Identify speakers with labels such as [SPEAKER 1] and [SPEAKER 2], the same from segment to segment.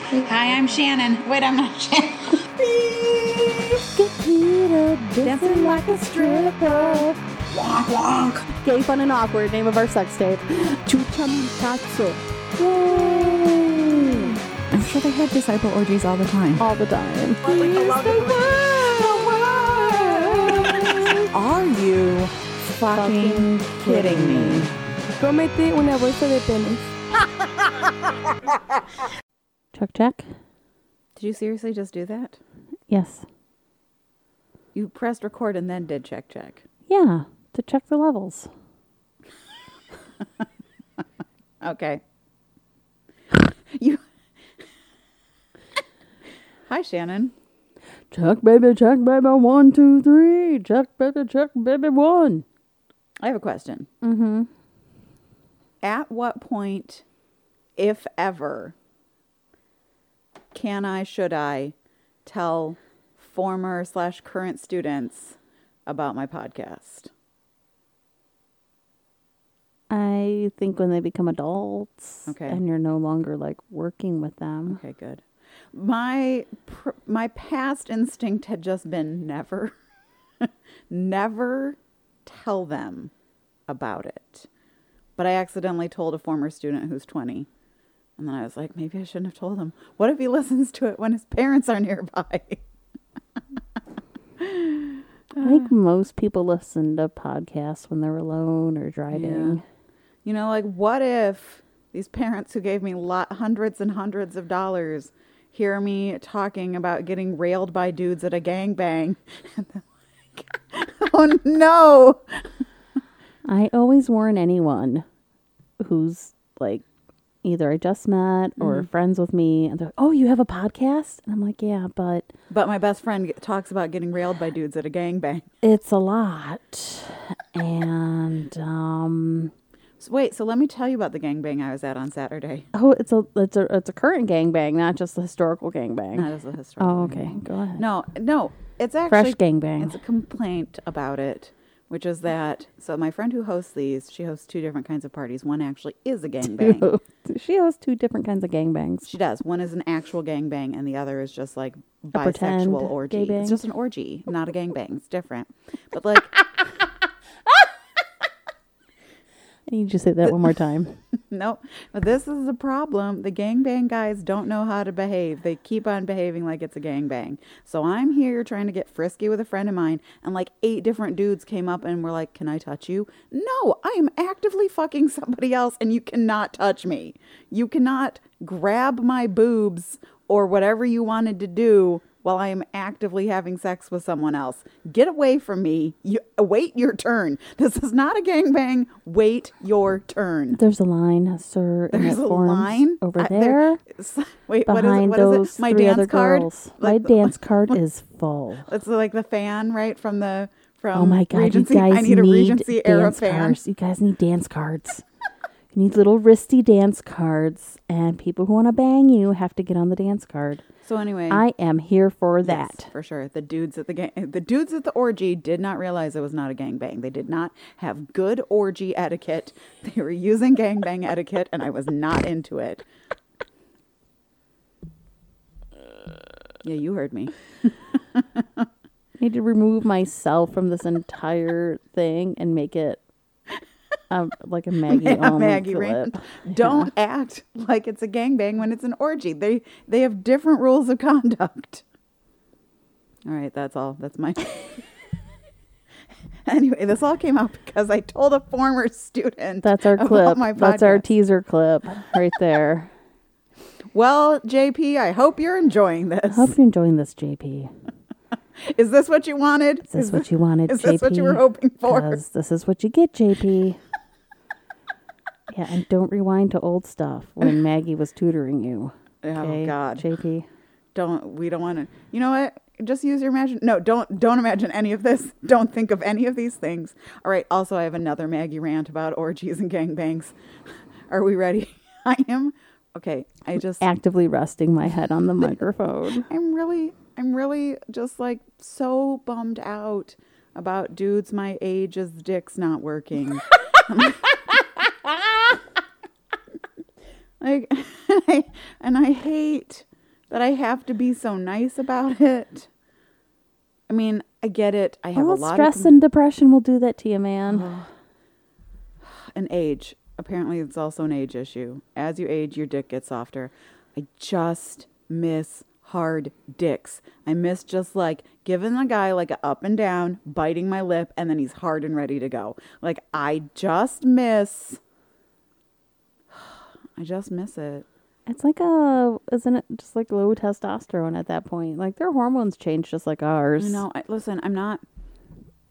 [SPEAKER 1] Hi, I'm Shannon. Wait, I'm not Shannon.
[SPEAKER 2] Dancing like a stripper.
[SPEAKER 1] wonk, wonk.
[SPEAKER 2] Gay, fun, and awkward. Name of our sex tape. Chuchamitazzo. Yay!
[SPEAKER 3] I'm sure they had disciple orgies all the time.
[SPEAKER 2] All the time.
[SPEAKER 3] Are you fucking
[SPEAKER 2] fucking
[SPEAKER 3] kidding me?
[SPEAKER 2] Comete una bolsa de penes. Chuck check.
[SPEAKER 3] Did you seriously just do that?
[SPEAKER 2] Yes.
[SPEAKER 3] You pressed record and then did check check.
[SPEAKER 2] Yeah. To check the levels.
[SPEAKER 3] Okay. you. Hi, Shannon.
[SPEAKER 2] Check baby, check baby, one, two, three. Check baby, check baby, one.
[SPEAKER 3] I have a question. Mm-hmm. At what point, if ever, can I, should I, tell former slash current students about my podcast?
[SPEAKER 2] I think when they become adults
[SPEAKER 3] Okay.
[SPEAKER 2] and you're no longer like working with them.
[SPEAKER 3] Okay, good. My pr- my past instinct had just been never, never tell them about it. But I accidentally told a former student who's twenty, and then I was like, maybe I shouldn't have told him. What if he listens to it when his parents are nearby?
[SPEAKER 2] I think most people listen to podcasts when they're alone or driving.
[SPEAKER 3] You know, like what if these parents who gave me lot hundreds and hundreds of dollars hear me talking about getting railed by dudes at a gangbang? And they're like, oh no.
[SPEAKER 2] I always warn anyone who's like either I just met or friends with me and they're like, "Oh, you have a podcast?" And I'm like, "Yeah, but
[SPEAKER 3] But my best friend get- talks about getting railed by dudes at a gangbang.
[SPEAKER 2] it's a lot." and um
[SPEAKER 3] So wait, so let me tell you about the gangbang I was at on Saturday.
[SPEAKER 2] oh, it's a it's a it's a current gangbang, not just the historical gangbang.
[SPEAKER 3] Not as a historical.
[SPEAKER 2] oh, okay. Go ahead.
[SPEAKER 3] No, no, it's
[SPEAKER 2] Fresh
[SPEAKER 3] actually
[SPEAKER 2] gangbang.
[SPEAKER 3] It's a complaint about it, which is that so my friend who hosts these, she hosts two different kinds of parties. One actually is a gangbang.
[SPEAKER 2] she hosts two different kinds of gangbangs.
[SPEAKER 3] She does. One is an actual gangbang, and the other is just like
[SPEAKER 2] pretend
[SPEAKER 3] bisexual orgy.
[SPEAKER 2] gangbang.
[SPEAKER 3] It's just an orgy, not a gangbang. It's different. But like,
[SPEAKER 2] I need you to say that one more time.
[SPEAKER 3] nope. But this is the problem. The gangbang guys don't know how to behave. They keep on behaving like it's a gangbang. So I'm here trying to get frisky with a friend of mine, and like eight different dudes came up and were like, "Can I touch you?" No, I am actively fucking somebody else, and you cannot touch me. You cannot grab my boobs or whatever you wanted to do while I am actively having sex with someone else. Get away from me. You, wait your turn. This is not a gangbang. Wait your turn.
[SPEAKER 2] There's a line, sir, and
[SPEAKER 3] There's
[SPEAKER 2] it
[SPEAKER 3] a
[SPEAKER 2] forms
[SPEAKER 3] line
[SPEAKER 2] over
[SPEAKER 3] I-
[SPEAKER 2] there.
[SPEAKER 3] s- Wait, what is it?
[SPEAKER 2] behind
[SPEAKER 3] What is
[SPEAKER 2] those
[SPEAKER 3] it? My
[SPEAKER 2] three
[SPEAKER 3] dance
[SPEAKER 2] other
[SPEAKER 3] card.
[SPEAKER 2] girls.
[SPEAKER 3] Like
[SPEAKER 2] My
[SPEAKER 3] the-
[SPEAKER 2] dance card is full.
[SPEAKER 3] It's like the fan, right? From the from.
[SPEAKER 2] Oh my god,
[SPEAKER 3] Um, Regency.
[SPEAKER 2] you guys
[SPEAKER 3] I need a
[SPEAKER 2] need
[SPEAKER 3] Regency era
[SPEAKER 2] dance
[SPEAKER 3] fan.
[SPEAKER 2] cards. You guys need dance cards. you need little wristy dance cards, and people who want to bang you have to get on the dance card.
[SPEAKER 3] So anyway,
[SPEAKER 2] I am here for
[SPEAKER 3] Yes,
[SPEAKER 2] that.
[SPEAKER 3] for sure. The dudes at the gang, the dudes at the orgy did not realize it was not a gangbang. They did not have good orgy etiquette. They were using gangbang etiquette, and I was not into it. Yeah, you heard me.
[SPEAKER 2] I need to remove myself from this entire thing and make it um, like a Maggie
[SPEAKER 3] Yeah,
[SPEAKER 2] on
[SPEAKER 3] Maggie
[SPEAKER 2] flip.
[SPEAKER 3] Rand. Don't act like it's a gangbang when it's an orgy. They they have different rules of conduct. All right, that's all. That's my. anyway, this all came out because I told a former student.
[SPEAKER 2] That's our
[SPEAKER 3] about
[SPEAKER 2] clip.
[SPEAKER 3] my
[SPEAKER 2] That's our
[SPEAKER 3] podcast.
[SPEAKER 2] teaser clip right there.
[SPEAKER 3] well, JP, I hope you're enjoying this.
[SPEAKER 2] Hope you're enjoying this, JP.
[SPEAKER 3] Is this what you wanted?
[SPEAKER 2] Is this what you wanted,
[SPEAKER 3] Is
[SPEAKER 2] JP?
[SPEAKER 3] this what you were hoping for?
[SPEAKER 2] 'Cause this is what you get, JP. yeah, and don't rewind to old stuff when Maggie was tutoring you.
[SPEAKER 3] Oh, God.
[SPEAKER 2] JP.
[SPEAKER 3] don't we don't want to you know what just use your imagine no don't don't imagine any of this don't think of any of these things all right also i have another maggie rant about orgies and gangbangs are we ready i am okay i just
[SPEAKER 2] Actively resting my head on the microphone.
[SPEAKER 3] i'm really i'm really just like so bummed out about dudes my age's dicks not working like and I, and I hate that I have to be so nice about it. I mean, I get it. I have
[SPEAKER 2] Well,
[SPEAKER 3] a lot
[SPEAKER 2] stress
[SPEAKER 3] of Oh.
[SPEAKER 2] and depression will do that to you, man.
[SPEAKER 3] an age. Apparently, it's also an age issue. As you age, your dick gets softer. I just miss hard dicks. I miss just like giving the guy like a up and down, biting my lip, and then he's hard and ready to go. Like, I just miss. I just miss it.
[SPEAKER 2] It's like a, isn't it just like low testosterone at that point? Like their hormones change just like ours.
[SPEAKER 3] You know, I, listen, I'm not.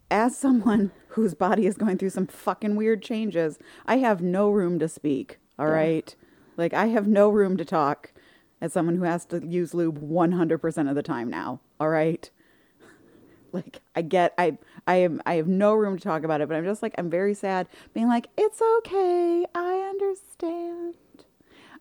[SPEAKER 3] As someone whose body is going through some fucking weird changes, I have no room to speak. All right, Like, I have no room to talk as someone who has to use lube 100% of the time now. All right. Like, I get, I, I am, I have no room to talk about it, but I'm just like, I'm very sad being like, it's okay. I understand.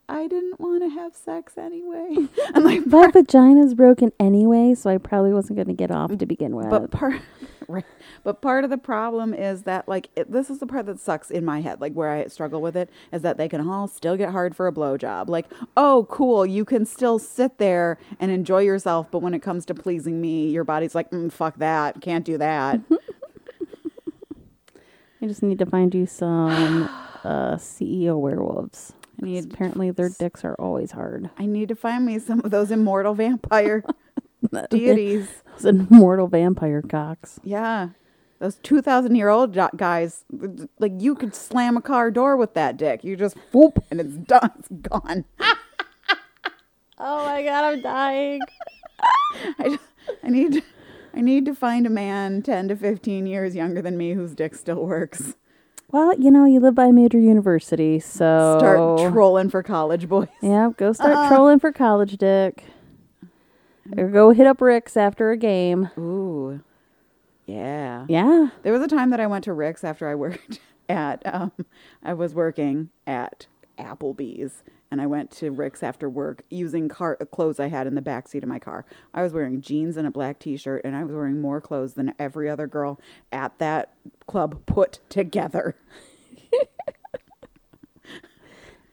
[SPEAKER 3] I didn't want to have sex anyway. I'm like,
[SPEAKER 2] My vagina's broken anyway, so I probably wasn't going to get off to begin with.
[SPEAKER 3] but part right. but part of the problem is that like it, this is the part that sucks in my head like where i struggle with it is that they can all still get hard for a blowjob like oh cool you can still sit there and enjoy yourself but when it comes to pleasing me your body's like mm, fuck that can't do that
[SPEAKER 2] I just need to find you some uh, CEO werewolves. 'cause
[SPEAKER 3] need-
[SPEAKER 2] apparently their dicks are always hard.
[SPEAKER 3] i need to find me some of those immortal vampire deities
[SPEAKER 2] Those immortal vampire cocks.
[SPEAKER 3] yeah those 2000 year old jo- guys like you could slam a car door with that dick you just whoop and it's done it's gone
[SPEAKER 2] Oh my god, I'm dying.
[SPEAKER 3] I, just- I need I need to find a man 10 to 15 years younger than me whose dick still works.
[SPEAKER 2] Well, you know, you live by a major university, so
[SPEAKER 3] Start trolling Uh-huh. for college boys.
[SPEAKER 2] Yeah, go start trolling for college dick.
[SPEAKER 3] Mm-hmm.
[SPEAKER 2] Or go hit up Rick's after a game.
[SPEAKER 3] Ooh. Yeah.
[SPEAKER 2] Yeah.
[SPEAKER 3] There was a time that I went to Rick's after I worked at um I was working at Applebee's and I went to Rick's after work using car uh, clothes I had in the back seat of my car. I was wearing jeans and a black t-shirt and I was wearing more clothes than every other girl at that club put together.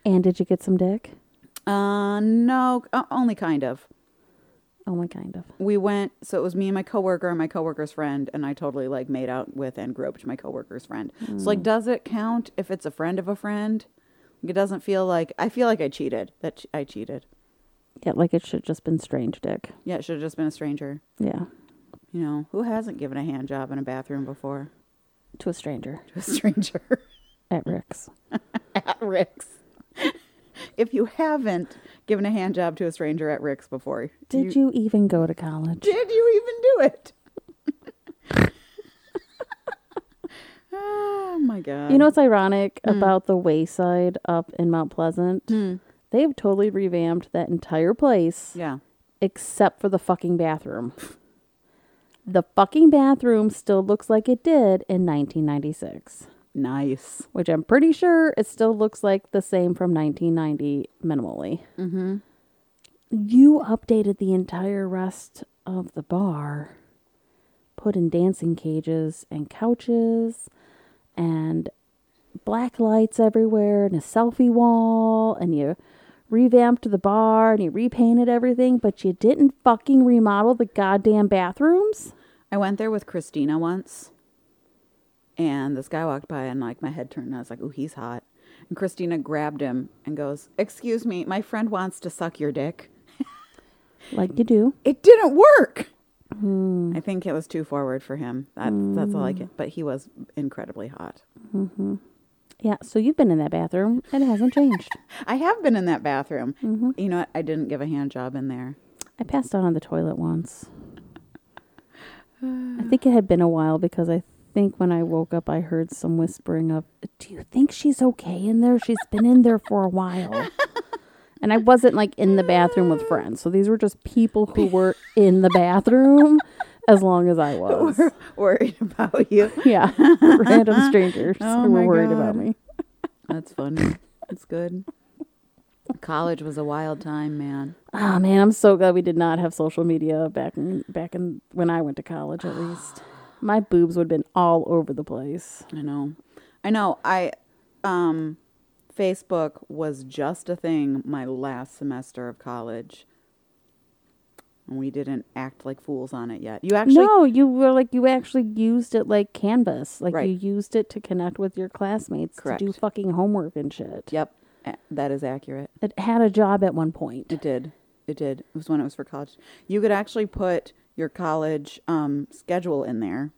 [SPEAKER 2] And did you get some dick?
[SPEAKER 3] Uh no, uh, only kind of.
[SPEAKER 2] Only Oh, kind of.
[SPEAKER 3] we went so it was me and my coworker and my coworker's friend and i totally like made out with and groped my coworker's friend so like does it count if it's a friend of a friend Like, it doesn't feel like i feel like i cheated that ch- i cheated
[SPEAKER 2] Yeah, like it should just been strange dick.
[SPEAKER 3] yeah it should have just been a stranger
[SPEAKER 2] Yeah.
[SPEAKER 3] you know who hasn't given a hand job in a bathroom before
[SPEAKER 2] To a stranger
[SPEAKER 3] to a stranger
[SPEAKER 2] at Rick's.
[SPEAKER 3] at rick's if you haven't given a hand job to a stranger at rick's before
[SPEAKER 2] Did you even go to college?
[SPEAKER 3] did you even do it oh my god
[SPEAKER 2] You know what's ironic about the wayside up in Mount Pleasant?
[SPEAKER 3] Hmm.
[SPEAKER 2] They've totally revamped that entire place
[SPEAKER 3] yeah
[SPEAKER 2] except for the fucking bathroom. the fucking bathroom still looks like it did in 1996,
[SPEAKER 3] Nice.
[SPEAKER 2] which I'm pretty sure it still looks like the same from 1990 minimally. Mm-hmm. You updated the entire rest of the bar, put in dancing cages and couches and black lights everywhere and a selfie wall and you revamped the bar and you repainted everything but you didn't fucking remodel the goddamn bathrooms
[SPEAKER 3] I went there with Christina once, and this guy walked by, and like my head turned, and I was like, "Ooh, he's hot." And Christina grabbed him and goes, "Excuse me, my friend wants to suck your dick."
[SPEAKER 2] like you do
[SPEAKER 3] It didn't work. I think it was too forward for him. That, That's all I can. But he was incredibly hot.
[SPEAKER 2] yeah so you've been in that bathroom and it hasn't changed
[SPEAKER 3] I have been in that bathroom. You know what? I didn't give a hand job in there.
[SPEAKER 2] i passed out on the toilet once i think it had been a while because i think when i woke up i heard some whispering of do you think she's okay in there she's been in there for a while And I wasn't like in the bathroom with friends. So these were just people who were in the bathroom as long as I was.
[SPEAKER 3] Worried about you.
[SPEAKER 2] Yeah. Random strangers
[SPEAKER 3] Oh
[SPEAKER 2] who were
[SPEAKER 3] my
[SPEAKER 2] worried
[SPEAKER 3] God.
[SPEAKER 2] about me.
[SPEAKER 3] That's funny. That's good. College was a wild time, man.
[SPEAKER 2] Oh man, I'm so glad we did not have social media back in back in when I went to college at least. My boobs would have been all over the place.
[SPEAKER 3] I know. I know. I um Facebook was just a thing my last semester of college. and we didn't act like fools on it yet. You actually
[SPEAKER 2] No, you were like you actually used it like canvas. Like
[SPEAKER 3] Right.
[SPEAKER 2] you used it to connect with your classmates to do
[SPEAKER 3] Correct.
[SPEAKER 2] fucking homework and shit.
[SPEAKER 3] Yep. a- That is accurate.
[SPEAKER 2] It had a job at one point.
[SPEAKER 3] It did. It did. It was when it was for college. You could actually put your college um, schedule in there,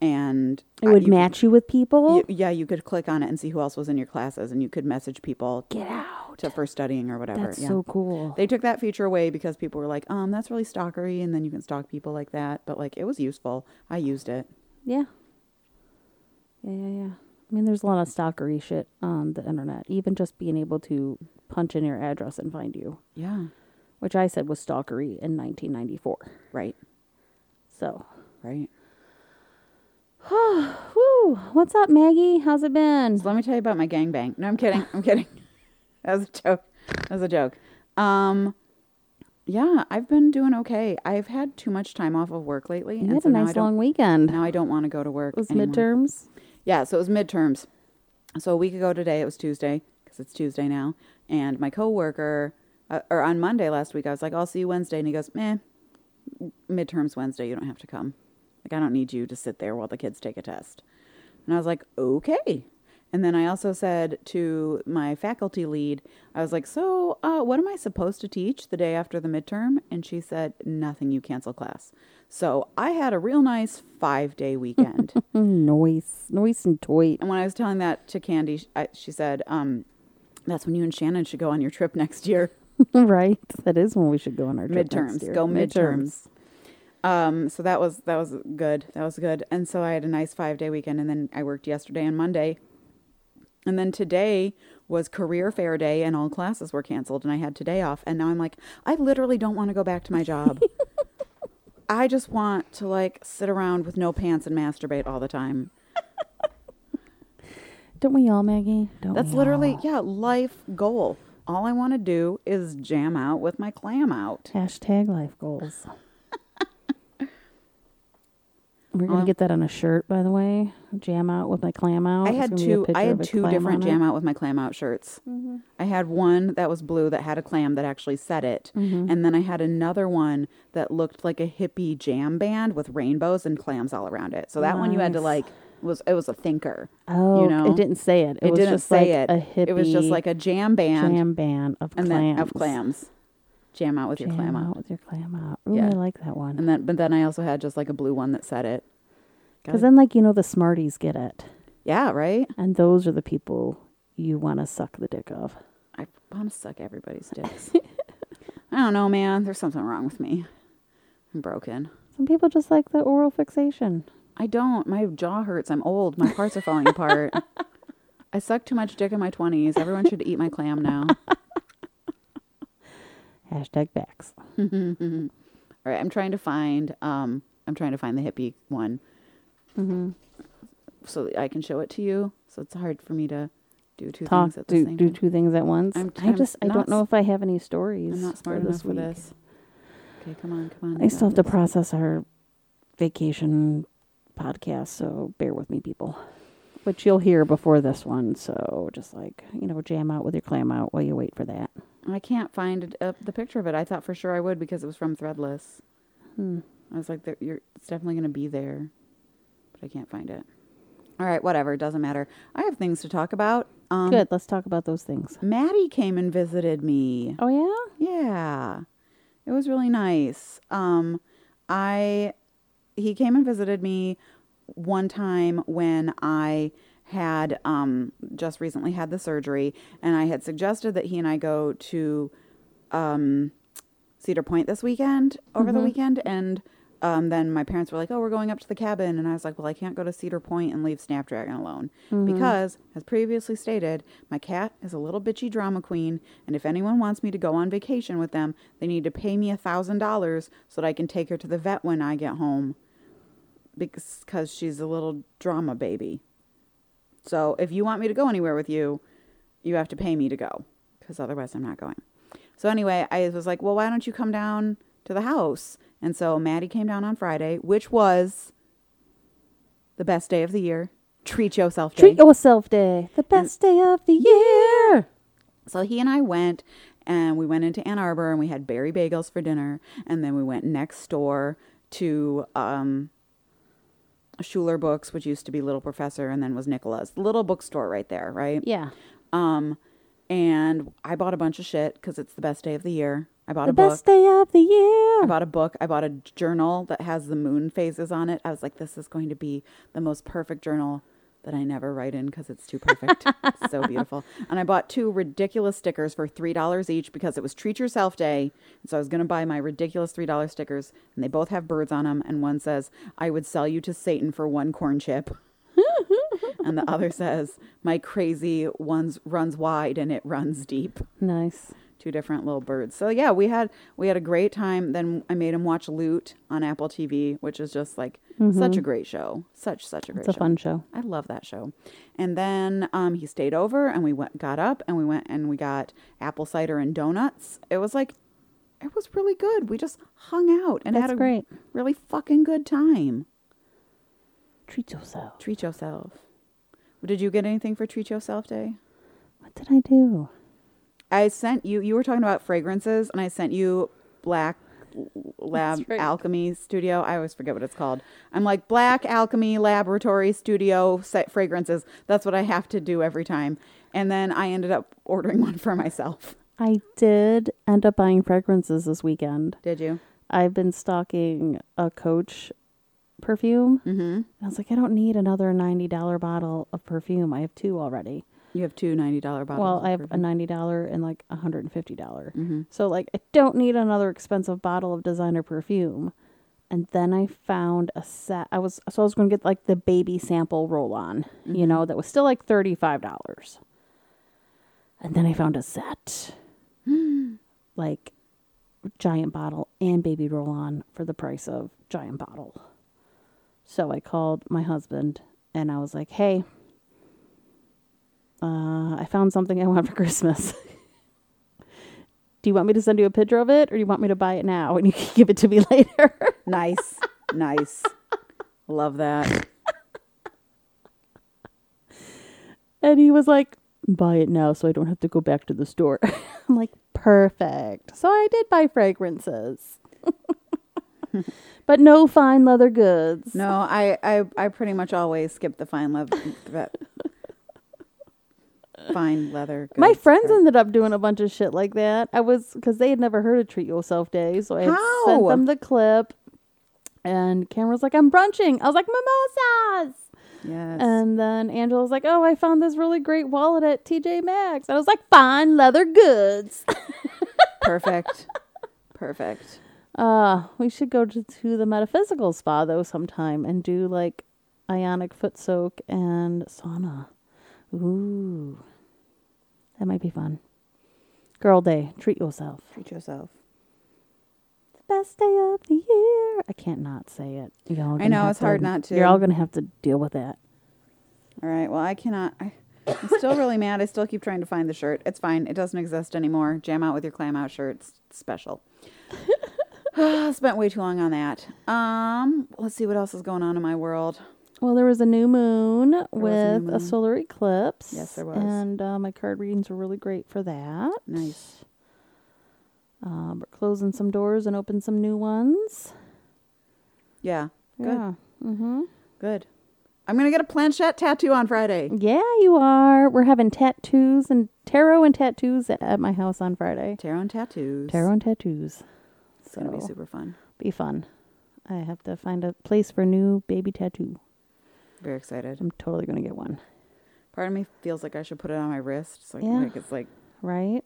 [SPEAKER 3] and
[SPEAKER 2] It
[SPEAKER 3] uh,
[SPEAKER 2] would
[SPEAKER 3] you-
[SPEAKER 2] match you with people.
[SPEAKER 3] you- yeah, you could click on it and see who else was in your classes, and you could message people
[SPEAKER 2] Get out.
[SPEAKER 3] to for studying or whatever.
[SPEAKER 2] That's
[SPEAKER 3] yeah.
[SPEAKER 2] so cool.
[SPEAKER 3] They took that feature away because people were like, "Um, that's really stalkery," and then you can stalk people like that. But like, it was useful. I used it.
[SPEAKER 2] yeah. Yeah, yeah, yeah. I mean, there's a lot of stalkery shit on the internet. Even just being able to punch in your address and find you,
[SPEAKER 3] Yeah.
[SPEAKER 2] which I said was stalkery in 1994.
[SPEAKER 3] Right.
[SPEAKER 2] So,
[SPEAKER 3] Right.
[SPEAKER 2] whew. What's up, Maggie? How's it been?
[SPEAKER 3] So let me tell you about my gangbang. No, I'm kidding. I'm kidding. That was a joke. That was a joke. Um, yeah, I've been doing okay. I've had too much time off of work lately,
[SPEAKER 2] You
[SPEAKER 3] and
[SPEAKER 2] had
[SPEAKER 3] so
[SPEAKER 2] a
[SPEAKER 3] now I
[SPEAKER 2] nice
[SPEAKER 3] don't.
[SPEAKER 2] long weekend.
[SPEAKER 3] now I don't want to go to work.
[SPEAKER 2] It was
[SPEAKER 3] anymore.
[SPEAKER 2] midterms.
[SPEAKER 3] Yeah, so it was midterms. So a week ago today, it was Tuesday because it's Tuesday now. And my coworker, uh, or on Monday last week, I was like, "I'll see you Wednesday," and he goes, "Meh, midterms Wednesday. You don't have to come. Like, I don't need you to sit there while the kids take a test." And I was like, "Okay." And then I also said to my faculty lead, I was like, "So, uh, what am I supposed to teach the day after the midterm?" And she said, "Nothing. You cancel class." So I had a real nice five-day weekend.
[SPEAKER 2] Mm, Noise, noise, and toit.
[SPEAKER 3] And when I was telling that to Candy, sh- I, she said, um, "That's when you and Shannon should go on your trip next year.
[SPEAKER 2] right. That is when we should go on our trip next
[SPEAKER 3] Midterms,
[SPEAKER 2] year.
[SPEAKER 3] go midterms." Um, so that was that was good. That was good. And so I had a nice five day weekend, and then I worked yesterday and Monday, and then today was career fair day, and all classes were canceled, and I had today off. And now I'm like, I literally don't want to go back to my job. I just want to like sit around with no pants and masturbate all the time.
[SPEAKER 2] Don't we all, Maggie? Don't
[SPEAKER 3] That's
[SPEAKER 2] we
[SPEAKER 3] literally,
[SPEAKER 2] all?
[SPEAKER 3] yeah, life goal. All I want to do is jam out with my clam out.
[SPEAKER 2] hashtag life goals. We're
[SPEAKER 3] Um,
[SPEAKER 2] gonna get that on a shirt, by the way. Jam out with my clam out.
[SPEAKER 3] I
[SPEAKER 2] It's
[SPEAKER 3] had
[SPEAKER 2] gonna be a
[SPEAKER 3] two. I
[SPEAKER 2] picture of
[SPEAKER 3] had
[SPEAKER 2] a
[SPEAKER 3] two
[SPEAKER 2] clam
[SPEAKER 3] different
[SPEAKER 2] on it. Mm-hmm.
[SPEAKER 3] jam out with my clam out shirts. I had one that was blue that had a clam that actually said it,
[SPEAKER 2] Mm-hmm.
[SPEAKER 3] and then I had another one that looked like a hippie jam band with rainbows and clams all around it. So that one you had to
[SPEAKER 2] Nice.
[SPEAKER 3] like was it was a thinker.
[SPEAKER 2] Oh,
[SPEAKER 3] you know,
[SPEAKER 2] it didn't say it. It,
[SPEAKER 3] It
[SPEAKER 2] was
[SPEAKER 3] didn't
[SPEAKER 2] just
[SPEAKER 3] say
[SPEAKER 2] like
[SPEAKER 3] it.
[SPEAKER 2] A hippie
[SPEAKER 3] it was just like a jam band
[SPEAKER 2] jam band of
[SPEAKER 3] and
[SPEAKER 2] clams.
[SPEAKER 3] then of clams. Jam out with
[SPEAKER 2] Jam
[SPEAKER 3] your clam out.
[SPEAKER 2] with your clam out. Ooh,
[SPEAKER 3] Yeah.
[SPEAKER 2] I like that one.
[SPEAKER 3] And then, but then I also had just like a blue one that said it.
[SPEAKER 2] Because then, like you know, the Smarties get it,
[SPEAKER 3] Yeah, right.
[SPEAKER 2] and those are the people you want to suck the dick of.
[SPEAKER 3] I want to suck everybody's dicks. I don't know, man. There's something wrong with me. I'm broken.
[SPEAKER 2] Some people just like the oral fixation.
[SPEAKER 3] I don't. My jaw hurts. I'm old. My parts are falling apart. I sucked too much dick in my 20s. Everyone should eat my clam now. All
[SPEAKER 2] Hashtag backs.
[SPEAKER 3] right, I'm trying to find. Um, I'm trying to find the hippie one, mm-hmm. so that I can show it to you. So it's hard for me to do two
[SPEAKER 2] Talk
[SPEAKER 3] things at the
[SPEAKER 2] do,
[SPEAKER 3] same
[SPEAKER 2] do
[SPEAKER 3] time.
[SPEAKER 2] two things at once.
[SPEAKER 3] I'm-
[SPEAKER 2] i
[SPEAKER 3] I'm
[SPEAKER 2] just I
[SPEAKER 3] not
[SPEAKER 2] don't know
[SPEAKER 3] s-
[SPEAKER 2] if I have any stories.
[SPEAKER 3] I'm not smart
[SPEAKER 2] for
[SPEAKER 3] enough for
[SPEAKER 2] week.
[SPEAKER 3] this. Okay, come on, come on.
[SPEAKER 2] I still have to process our vacation podcast, so bear with me, people. Which you'll hear before this one, so just like you know, jam out with your clam out while you wait for that.
[SPEAKER 3] I can't find it, uh, the picture of it. I thought for sure I would because it was from Threadless.
[SPEAKER 2] Hmm.
[SPEAKER 3] I was like, "There- "You're it's definitely going to be there," but I can't find it. All right, whatever. It doesn't matter. I have things to talk about. Um,
[SPEAKER 2] Good. Let's talk about those things.
[SPEAKER 3] Maddie came and visited me.
[SPEAKER 2] Oh yeah.
[SPEAKER 3] Yeah, it was really nice. Um, I he came and visited me one time when I had um just recently had the surgery, and I had suggested that he and I go to um Cedar Point this weekend over the weekend, and um, then my parents were like, "Oh, we're going up to the cabin," and I was like, "Well, I can't go to Cedar Point and leave Snapdragon alone because, as previously stated, my cat is a little bitchy drama queen, and if anyone wants me to go on vacation with them, they need to pay me a thousand dollars so that I can take her to the vet when I get home, because she's a little drama baby. So if you want me to go anywhere with you, you have to pay me to go because otherwise I'm not going. So anyway, I was like, well, why don't you come down to the house? And so Maddie came down on Friday, which was the best day of the year. Treat yourself day.
[SPEAKER 2] Treat yourself day, the best day of the year.
[SPEAKER 3] So he and I went and we went into Ann Arbor and we had Berry Bagels for dinner, and then we went next door to um, Schuler Books, which used to be Little Professor, and then was Nicola's, the little bookstore right there, right?
[SPEAKER 2] Yeah.
[SPEAKER 3] Um, and I bought a bunch of shit because it's the best day of the year. I bought
[SPEAKER 2] The
[SPEAKER 3] a book.
[SPEAKER 2] best day of the
[SPEAKER 3] I
[SPEAKER 2] year.
[SPEAKER 3] bought a book. I bought a journal that has the moon phases on it. I was like, this is going to be the most perfect journal that I never write in because it's too perfect. It's so beautiful. And I bought two ridiculous stickers for $3 each because it was Treat Yourself Day. And so I was going to buy my ridiculous $3 stickers. And they both have birds on them. And one says, I would sell you to Satan for one corn chip. and the other says, My crazy ones runs wide and it runs deep
[SPEAKER 2] Nice.
[SPEAKER 3] two different little birds. So yeah, we had we had a great time. Then I made him watch Loot on Apple TV, which is just like such a great show. Such such a great
[SPEAKER 2] Mm-hmm. It's a
[SPEAKER 3] show.
[SPEAKER 2] fun show.
[SPEAKER 3] I love that show. And then um, he stayed over, and we went got up, and we went and we got apple cider and donuts. It was like it was really good. We just hung out and
[SPEAKER 2] That's
[SPEAKER 3] had a
[SPEAKER 2] great.
[SPEAKER 3] really fucking good time.
[SPEAKER 2] Treat yourself.
[SPEAKER 3] Treat yourself. Did you get anything for Treat Yourself Day?
[SPEAKER 2] What did I do?
[SPEAKER 3] I sent you. You were talking about fragrances, and I sent you Black Lab
[SPEAKER 2] That's right.
[SPEAKER 3] Alchemy Studio. I always forget what it's called. I'm like Black Alchemy Laboratory Studio set fragrances. That's what I have to do every time. And then I ended up ordering one for myself.
[SPEAKER 2] I did end up buying fragrances this weekend.
[SPEAKER 3] Did you?
[SPEAKER 2] I've been stocking a Coach perfume.
[SPEAKER 3] Mm.
[SPEAKER 2] Mm-hmm. I was like, I don't need another $90 bottle of perfume. I have two already.
[SPEAKER 3] You have two ninety dollar bottles.
[SPEAKER 2] Well,
[SPEAKER 3] of
[SPEAKER 2] I have a
[SPEAKER 3] perfume.
[SPEAKER 2] $90 and like a $150. dollars So, like, I don't need another expensive bottle of designer perfume. And then I found a set. I was, so I was going to get like the baby sample roll on, you know, that was still like $35. And then I found a set, like, giant bottle and baby roll on for the price of giant bottle. So I called my husband and I was like, hey, uh, I found something I want for Christmas. do you want me to send you a picture of it or do you want me to buy it now and you can give it to me later?
[SPEAKER 3] nice, nice. Love that.
[SPEAKER 2] and he was like, buy it now so I don't have to go back to the store. I'm like, perfect. So I did buy fragrances. but no fine leather goods.
[SPEAKER 3] No, I, I, I pretty much always skip the fine leather. fine leather.
[SPEAKER 2] My
[SPEAKER 3] goods
[SPEAKER 2] friends
[SPEAKER 3] part.
[SPEAKER 2] ended up doing a bunch of shit like that. I was because they had never heard of Treat Yourself Day, so I had sent
[SPEAKER 3] How?
[SPEAKER 2] them the clip. And Cameron's like, "I'm brunching." I was like, "Mimosas!"
[SPEAKER 3] Yes.
[SPEAKER 2] And then Angela's like, "Oh, I found this really great wallet at TJ Maxx." And I was like, "Fine leather goods."
[SPEAKER 3] Perfect. Perfect.
[SPEAKER 2] Uh, we should go to, to the metaphysical spa though sometime and do like ionic foot soak and sauna. Ooh. That might be fun. Girl day, treat yourself.
[SPEAKER 3] Treat yourself.
[SPEAKER 2] It's the best day of the year. I can't not say it. Y'all are
[SPEAKER 3] I
[SPEAKER 2] gonna
[SPEAKER 3] know,
[SPEAKER 2] have
[SPEAKER 3] it's hard not to.
[SPEAKER 2] You're all gonna have to deal with that.
[SPEAKER 3] All right. Well, I cannot. I, I'm still really mad. I still keep trying to find the shirt. It's fine. It doesn't exist anymore. Jam out with your clam out shirt. It's special. Ah, Spent way too long on that. Um, let's see what else is going on in my world.
[SPEAKER 2] Well, there was a new moon with
[SPEAKER 3] was a
[SPEAKER 2] a,
[SPEAKER 3] new moon.
[SPEAKER 2] solar eclipse.
[SPEAKER 3] Yes, there was.
[SPEAKER 2] And uh, my card readings were really great for that.
[SPEAKER 3] Nice.
[SPEAKER 2] Uh, we're closing some doors and open some new ones.
[SPEAKER 3] Yeah. Good.
[SPEAKER 2] Yeah. Mm-hmm.
[SPEAKER 3] Good. I'm gonna get a planchette tattoo on Friday.
[SPEAKER 2] Yeah, you are. We're having tattoos and tarot and tattoos at, at my house on Friday.
[SPEAKER 3] Tarot and tattoos.
[SPEAKER 2] Tarot and tattoos.
[SPEAKER 3] It's gonna be
[SPEAKER 2] so-
[SPEAKER 3] super fun.
[SPEAKER 2] Be fun. I have to find a place for a new baby tattoo.
[SPEAKER 3] Very excited.
[SPEAKER 2] I'm totally going to get one.
[SPEAKER 3] Part of me feels like I should put it on my wrist. So
[SPEAKER 2] Yeah.
[SPEAKER 3] like it's like
[SPEAKER 2] Right?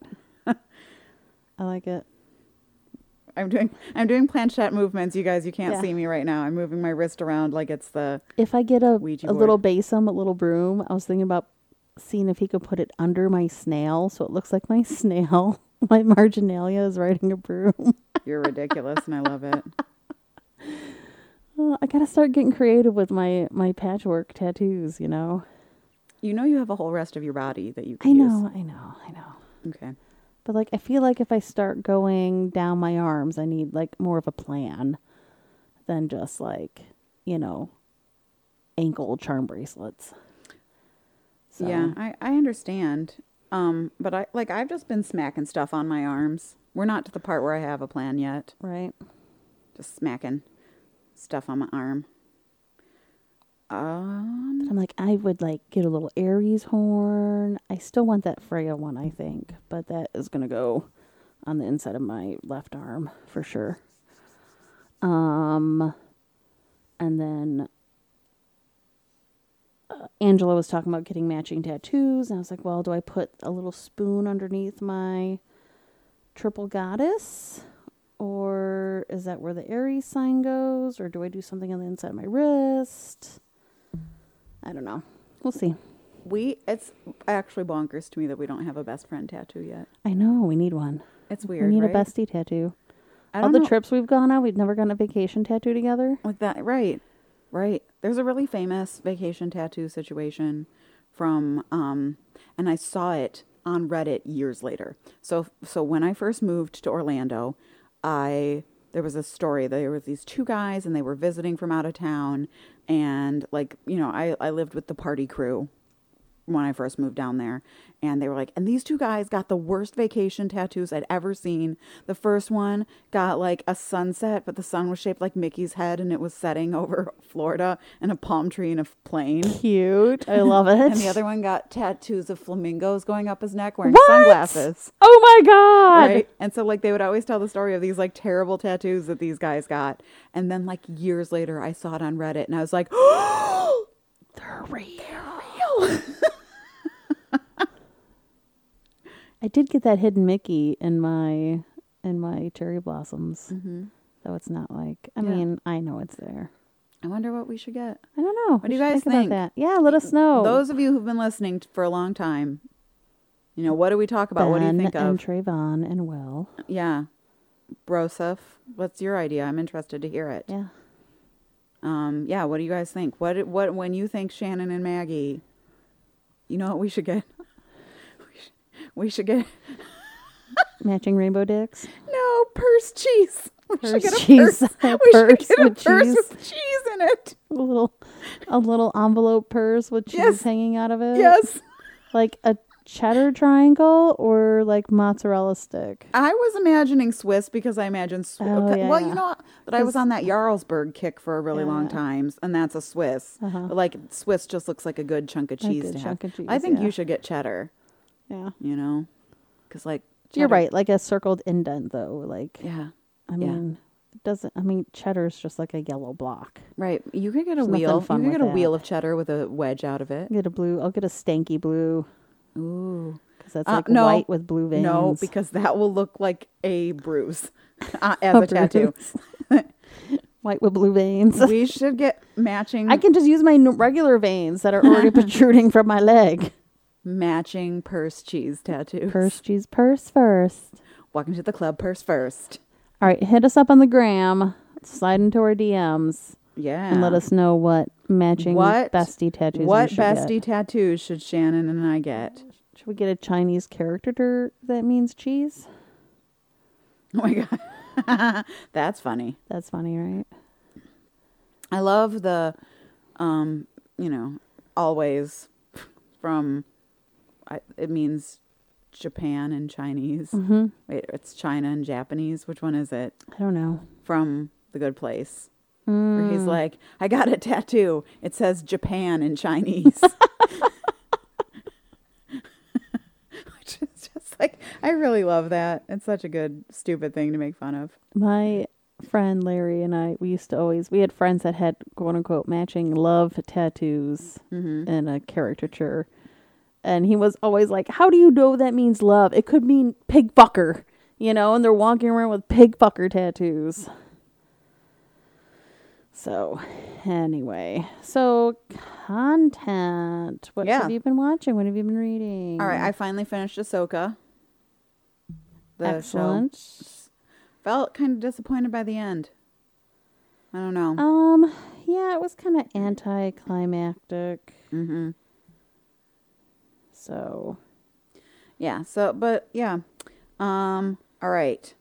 [SPEAKER 2] I like it.
[SPEAKER 3] I'm doing I'm doing planchette movements, you guys. You can't
[SPEAKER 2] Yeah.
[SPEAKER 3] see me right now. I'm moving my wrist around like it's the
[SPEAKER 2] If I get a,
[SPEAKER 3] Ouija
[SPEAKER 2] a
[SPEAKER 3] board.
[SPEAKER 2] little basem, a little broom, I was thinking about seeing if he could put it under my snail so it looks like my snail, my marginalia is riding a broom.
[SPEAKER 3] you're ridiculous and I love it.
[SPEAKER 2] Uh, I got to start getting creative with my, my patchwork tattoos, you know?
[SPEAKER 3] You know you have a whole rest of your body that you
[SPEAKER 2] I
[SPEAKER 3] can
[SPEAKER 2] know, I know, I know.
[SPEAKER 3] use. Okay.
[SPEAKER 2] But like I feel like if I start going down my arms, I need like more of a plan than just like, you know, ankle charm bracelets. So
[SPEAKER 3] Yeah, I, I understand. Um, but I like I've just been smacking stuff on my arms. We're not to the part where I have a plan yet.
[SPEAKER 2] Right.
[SPEAKER 3] Just smacking stuff on my arm. Um,
[SPEAKER 2] But I'm like, I would like get a little Aries horn. I still want that Freya one, I think, but that is gonna go on the inside of my left arm for sure. Um, and then uh, Angela was talking about getting matching tattoos, and I was like, well, do I put a little spoon underneath my triple goddess? Or is that where the Aries sign goes? Or do I do something on the inside of my wrist? I don't know. We'll see.
[SPEAKER 3] we it's actually bonkers to me that we don't have a best friend tattoo yet.
[SPEAKER 2] I know we need one.
[SPEAKER 3] It's weird.
[SPEAKER 2] we need
[SPEAKER 3] right?
[SPEAKER 2] a bestie tattoo.
[SPEAKER 3] I
[SPEAKER 2] All
[SPEAKER 3] don't
[SPEAKER 2] the
[SPEAKER 3] know-
[SPEAKER 2] trips we've gone on, we've never gotten a vacation tattoo together.
[SPEAKER 3] Like that, right? Right. There's a really famous vacation tattoo situation from, um, and I saw it on Reddit years later. So, so when I first moved to Orlando, I there was a story. There was these two guys, and they were visiting from out of town, and like you know, I I lived with the party crew when I first moved down there. And they were like, and these two guys got the worst vacation tattoos I'd ever seen. The first one got like a sunset, but the sun was shaped like Mickey's head and it was setting over Florida and a palm tree and a plane.
[SPEAKER 2] Cute. I love it.
[SPEAKER 3] And the other one got tattoos of flamingos going up his neck wearing
[SPEAKER 2] What?
[SPEAKER 3] sunglasses.
[SPEAKER 2] Oh my god.
[SPEAKER 3] Right. And so like they would always tell the story of these like terrible tattoos that these guys got. And then like years later I saw it on Reddit and I was like, oh,
[SPEAKER 2] They're real. I did get that hidden Mickey in my in my cherry blossoms. Mm-hmm. Though it's not like I
[SPEAKER 3] Yeah.
[SPEAKER 2] mean I know it's there.
[SPEAKER 3] I wonder what we should get.
[SPEAKER 2] I don't know. What
[SPEAKER 3] do you guys
[SPEAKER 2] think,
[SPEAKER 3] think?
[SPEAKER 2] about that? Yeah, let us know.
[SPEAKER 3] Those of you who've been listening t- for a long time, you know, what do we talk about?
[SPEAKER 2] ben
[SPEAKER 3] what do you think
[SPEAKER 2] and
[SPEAKER 3] of?
[SPEAKER 2] Trayvon and Will.
[SPEAKER 3] yeah. Brosef, what's your idea? I'm interested to hear it.
[SPEAKER 2] Yeah.
[SPEAKER 3] Um, yeah, what do you guys think? What what when you think Shannon and Maggie? You know what we should get? We should, we should get
[SPEAKER 2] Matching rainbow dicks.
[SPEAKER 3] no purse cheese. We should
[SPEAKER 2] Purse
[SPEAKER 3] get a
[SPEAKER 2] cheese.
[SPEAKER 3] purse.
[SPEAKER 2] A
[SPEAKER 3] we
[SPEAKER 2] purse
[SPEAKER 3] should get a
[SPEAKER 2] with
[SPEAKER 3] purse
[SPEAKER 2] cheese.
[SPEAKER 3] with cheese in it.
[SPEAKER 2] a little a little envelope purse with cheese
[SPEAKER 3] Yes.
[SPEAKER 2] hanging out of it.
[SPEAKER 3] Yes.
[SPEAKER 2] Like a cheddar triangle or like mozzarella stick.
[SPEAKER 3] I was imagining Swiss because I imagine Swiss.
[SPEAKER 2] Oh,
[SPEAKER 3] Well,
[SPEAKER 2] yeah.
[SPEAKER 3] you know, but I was on that Jarlsberg kick for a really long
[SPEAKER 2] Yeah.
[SPEAKER 3] time, and that's a Swiss.
[SPEAKER 2] Uh-huh.
[SPEAKER 3] But like Swiss just looks like a good chunk of
[SPEAKER 2] A
[SPEAKER 3] cheese
[SPEAKER 2] good
[SPEAKER 3] to have.
[SPEAKER 2] chunk of
[SPEAKER 3] I
[SPEAKER 2] cheese,
[SPEAKER 3] think
[SPEAKER 2] yeah.
[SPEAKER 3] you should get cheddar.
[SPEAKER 2] Yeah.
[SPEAKER 3] You know, because like
[SPEAKER 2] You're
[SPEAKER 3] cheddar-
[SPEAKER 2] right, like a circled indent though. Like
[SPEAKER 3] Yeah,
[SPEAKER 2] I
[SPEAKER 3] yeah.
[SPEAKER 2] mean it doesn't I mean cheddar's just like a yellow block.
[SPEAKER 3] right. You could get a
[SPEAKER 2] There's nothing
[SPEAKER 3] wheel. You
[SPEAKER 2] fun
[SPEAKER 3] could get a
[SPEAKER 2] with
[SPEAKER 3] wheel
[SPEAKER 2] that.
[SPEAKER 3] of cheddar with a wedge out of it.
[SPEAKER 2] I'll get a blue I'll get a stanky blue
[SPEAKER 3] Ooh.
[SPEAKER 2] because that's
[SPEAKER 3] Uh,
[SPEAKER 2] like
[SPEAKER 3] no.
[SPEAKER 2] white with blue veins.
[SPEAKER 3] No, because that will look like a bruise uh, as a, tattoo.
[SPEAKER 2] white with blue veins.
[SPEAKER 3] we should get matching
[SPEAKER 2] I can just use my n- regular veins that are already protruding from my leg.
[SPEAKER 3] matching purse cheese tattoos.
[SPEAKER 2] Purse cheese purse first.
[SPEAKER 3] Walking to the club purse first.
[SPEAKER 2] All right, hit us up on the gram, slide into our DMs,
[SPEAKER 3] Yeah.
[SPEAKER 2] and let us know what matching
[SPEAKER 3] what
[SPEAKER 2] bestie tattoos.
[SPEAKER 3] What
[SPEAKER 2] we should
[SPEAKER 3] bestie
[SPEAKER 2] Get.
[SPEAKER 3] tattoos should Shannon and I get?
[SPEAKER 2] Should we get a Chinese character tur- that means cheese?
[SPEAKER 3] Oh my god, that's funny.
[SPEAKER 2] That's funny, right?
[SPEAKER 3] I love the, um, you know, always from. I, it means Japan and Chinese.
[SPEAKER 2] Mm.
[SPEAKER 3] Mm-hmm. Wait, it's China and Japanese. Which one is it?
[SPEAKER 2] I don't know.
[SPEAKER 3] From The Good Place.
[SPEAKER 2] Mm.
[SPEAKER 3] Where he's like, I got a tattoo. It says Japan in Chinese. Which is just like, I really love that. It's such a good, stupid thing to make fun of.
[SPEAKER 2] My friend Larry and I, we used to always we had friends that had quote unquote matching love tattoos
[SPEAKER 3] Mm-hmm.
[SPEAKER 2] and a caricature, and he was always like, "How do you know that means love? It could mean pig fucker." You know, and they're walking around with pig fucker tattoos. So, anyway, so content. What
[SPEAKER 3] Yeah.
[SPEAKER 2] have you been watching? What have you been reading?
[SPEAKER 3] All right, I finally finished Ahsoka. The
[SPEAKER 2] excellent.
[SPEAKER 3] show felt kind of disappointed by the end. I don't know.
[SPEAKER 2] Um, yeah, it was kind of anticlimactic.
[SPEAKER 3] hmm
[SPEAKER 2] So,
[SPEAKER 3] Yeah. So, but yeah. Um. All right.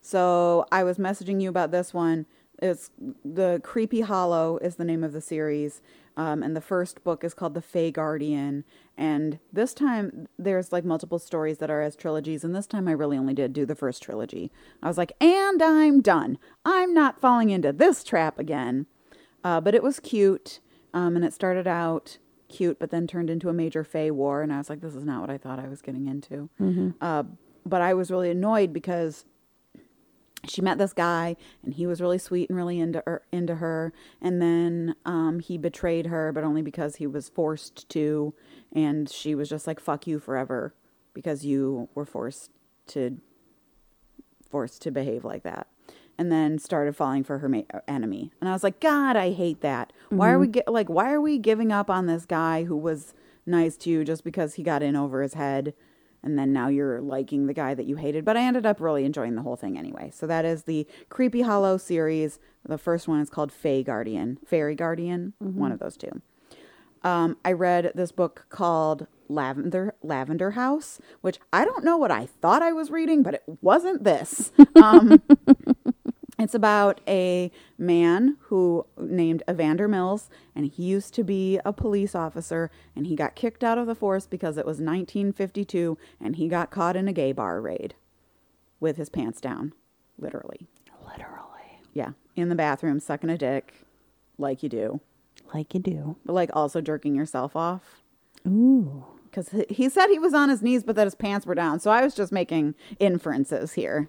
[SPEAKER 3] So I was messaging you about this one. It's the Creepy Hollow is the name of the series, um, and the first book is called The Fey Guardian. And this time there's like multiple stories that are as trilogies, and this time I really only did do the first trilogy. I was like, and I'm done. I'm not falling into this trap again. Uh, but it was cute, um, and it started out cute, but then turned into a major Fey war, and I was like, this is not what I thought I was getting into. Uh, but I was really annoyed because she met this guy and he was really sweet and really into her, into her and then um, he betrayed her but only because he was forced to and she was just like fuck you forever because you were forced to forced to behave like that and then started falling for her ma- enemy and i was like god i hate that why are we get, like why are we giving up on this guy who was nice to you just because he got in over his head and then now you're liking the guy that you hated but i ended up really enjoying the whole thing anyway so that is the creepy hollow series the first one is called fae guardian fairy guardian one of those two um, I read this book called Lavender Lavender House, which I don't know what I thought I was reading, but it wasn't this. Um, it's about a man who named Evander Mills, and he used to be a police officer, and he got kicked out of the force because it was 1952, and he got caught in a gay bar raid with his pants down, literally.
[SPEAKER 2] Literally.
[SPEAKER 3] Yeah, in the bathroom, sucking a dick, like you do,
[SPEAKER 2] Like you do.
[SPEAKER 3] but like also jerking yourself off
[SPEAKER 2] Ooh.
[SPEAKER 3] because he said he was on his knees but that his pants were down so i was just making inferences here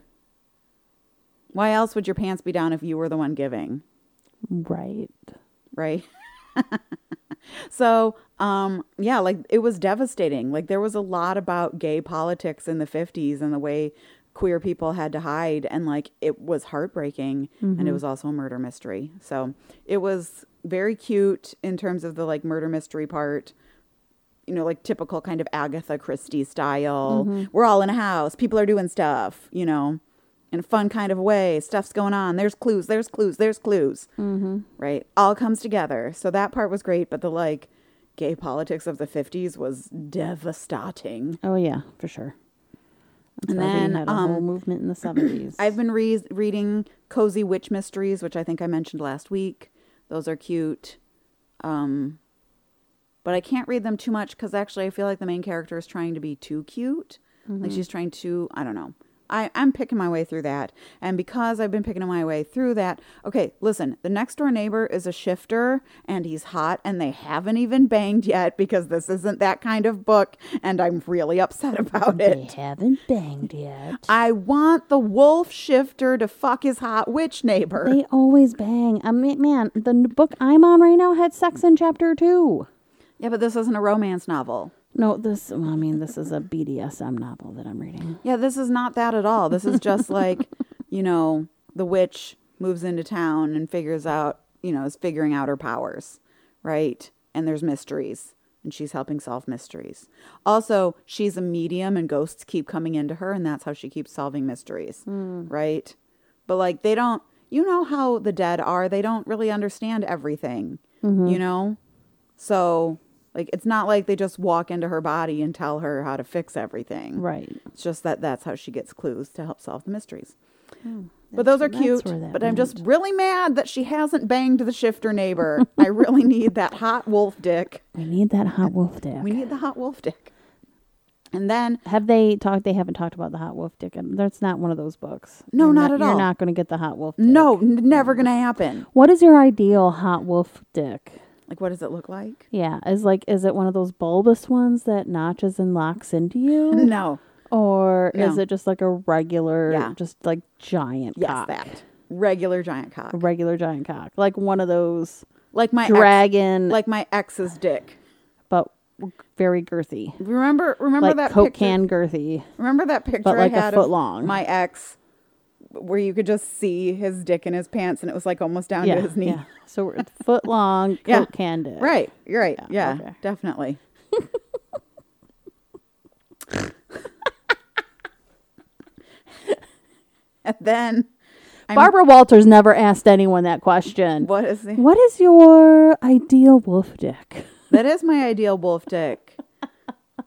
[SPEAKER 3] why else would your pants be down if you were the one giving
[SPEAKER 2] Right.
[SPEAKER 3] right so um yeah like it was devastating like there was a lot about gay politics in the 50s and the way queer people had to hide and like it was heartbreaking and it was also a murder mystery so it was very cute in terms of the like murder mystery part you know like typical kind of agatha christie style we're all in a house people are doing stuff you know in a fun kind of way stuff's going on there's clues there's clues there's clues right? All comes together. So that part was great, but the like gay politics of the 50s was devastating.
[SPEAKER 2] Oh yeah, for sure. That's
[SPEAKER 3] And
[SPEAKER 2] why we
[SPEAKER 3] then, um,
[SPEAKER 2] had a whole movement in the seventies.
[SPEAKER 3] I've been re- reading Cozy Witch Mysteries, which I think I mentioned last week. Those are cute. Um, but I can't read them too much because actually I feel like the main character is trying to be too cute. Like she's trying to, I don't know. I, I'm picking my way through that. And because I've been picking my way through that, okay, listen, the next door neighbor is a shifter and he's hot and they haven't even banged yet because this isn't that kind of book and I'm really upset about it.
[SPEAKER 2] they haven't banged yet.
[SPEAKER 3] I want the wolf shifter to fuck his hot witch neighbor.
[SPEAKER 2] They always bang. I mean, man, the n- book I'm on right now had sex in chapter two.
[SPEAKER 3] yeah, but this isn't a romance novel.
[SPEAKER 2] No, this. Well, I mean, this is a BDSM novel that I'm reading.
[SPEAKER 3] Yeah, this is not that at all. This is just like, you know, the witch moves into town and figures out, you know, is figuring out her powers, right? And there's mysteries, and she's helping solve mysteries. Also, she's a medium, and ghosts keep coming into her, and that's how she keeps solving mysteries, right? But like, they don't, you know, how the dead are, they don't really understand everything, you know? So, like, it's not like they just walk into her body and tell her how to fix everything.
[SPEAKER 2] Right.
[SPEAKER 3] It's just that that's how she gets clues to help solve the mysteries. but those are
[SPEAKER 2] Hmm. that's
[SPEAKER 3] cute.
[SPEAKER 2] where that
[SPEAKER 3] But I'm just really mad that she hasn't banged the shifter neighbor. I really need that hot wolf dick.
[SPEAKER 2] We need that hot wolf dick.
[SPEAKER 3] We need the hot wolf dick. And then
[SPEAKER 2] Have they talked? They haven't talked about the hot wolf dick. Um, That's not one of those books.
[SPEAKER 3] No,
[SPEAKER 2] You're
[SPEAKER 3] not at all.
[SPEAKER 2] You're not going to get the hot wolf. Dick.
[SPEAKER 3] no, n- never gonna happen.
[SPEAKER 2] What is your ideal hot wolf dick?
[SPEAKER 3] Like, what does it look like?
[SPEAKER 2] Yeah, is like is it one of those bulbous ones that notches and locks into you,
[SPEAKER 3] No.
[SPEAKER 2] or is
[SPEAKER 3] No.
[SPEAKER 2] it just like a regular,
[SPEAKER 3] Yeah.
[SPEAKER 2] just like giant
[SPEAKER 3] Yes,
[SPEAKER 2] cock,
[SPEAKER 3] that regular giant cock.
[SPEAKER 2] a regular giant cock, like one of those
[SPEAKER 3] Like my ex,
[SPEAKER 2] dragon,
[SPEAKER 3] like my ex's dick.
[SPEAKER 2] but very girthy,
[SPEAKER 3] Remember, remember
[SPEAKER 2] like
[SPEAKER 3] that
[SPEAKER 2] Coke
[SPEAKER 3] picture?
[SPEAKER 2] can girthy.
[SPEAKER 3] Remember that picture
[SPEAKER 2] like a
[SPEAKER 3] I had
[SPEAKER 2] foot
[SPEAKER 3] of
[SPEAKER 2] long.
[SPEAKER 3] my ex, where you could just see his dick in his pants, and it was like almost down
[SPEAKER 2] Yeah,
[SPEAKER 3] to his knee.
[SPEAKER 2] yeah. So we're foot long Coke
[SPEAKER 3] Yeah.
[SPEAKER 2] can dick.
[SPEAKER 3] Right, you're right. Yeah,
[SPEAKER 2] okay.
[SPEAKER 3] definitely. and then, I'm-
[SPEAKER 2] Barbara Walters never asked anyone that question.
[SPEAKER 3] what is the,
[SPEAKER 2] What is your ideal wolf dick?
[SPEAKER 3] that? Is my ideal wolf dick?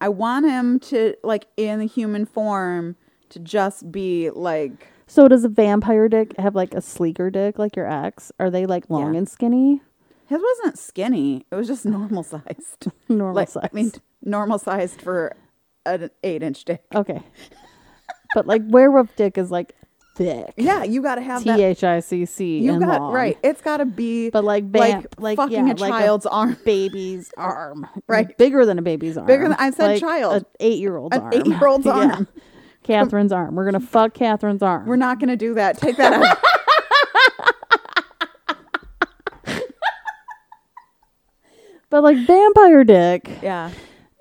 [SPEAKER 3] I want him to like in the human form to just be like
[SPEAKER 2] So does a vampire dick have like a sleeker dick like your ex? Are they like long
[SPEAKER 3] Yeah.
[SPEAKER 2] and skinny?
[SPEAKER 3] His wasn't skinny. It was just normal sized.
[SPEAKER 2] Normal
[SPEAKER 3] like,
[SPEAKER 2] size.
[SPEAKER 3] I mean, normal sized for an eight inch dick.
[SPEAKER 2] Okay. but like werewolf dick is like thick.
[SPEAKER 3] Yeah, you got to have
[SPEAKER 2] T
[SPEAKER 3] that.
[SPEAKER 2] H I C C.
[SPEAKER 3] You
[SPEAKER 2] and
[SPEAKER 3] got
[SPEAKER 2] long.
[SPEAKER 3] right. It's got to be
[SPEAKER 2] But like vamp, like,
[SPEAKER 3] fucking
[SPEAKER 2] yeah,
[SPEAKER 3] a
[SPEAKER 2] like a-
[SPEAKER 3] child's arm.
[SPEAKER 2] Baby's arm.
[SPEAKER 3] Right.
[SPEAKER 2] Bigger than a baby's arm.
[SPEAKER 3] Bigger than- I said
[SPEAKER 2] Like
[SPEAKER 3] child.
[SPEAKER 2] An eight year old's
[SPEAKER 3] An
[SPEAKER 2] arm.
[SPEAKER 3] eight-year-old's arm.
[SPEAKER 2] Catherine's arm. We're gonna fuck Catherine's arm.
[SPEAKER 3] We're not going to do that. Take that out.
[SPEAKER 2] but like vampire dick
[SPEAKER 3] yeah.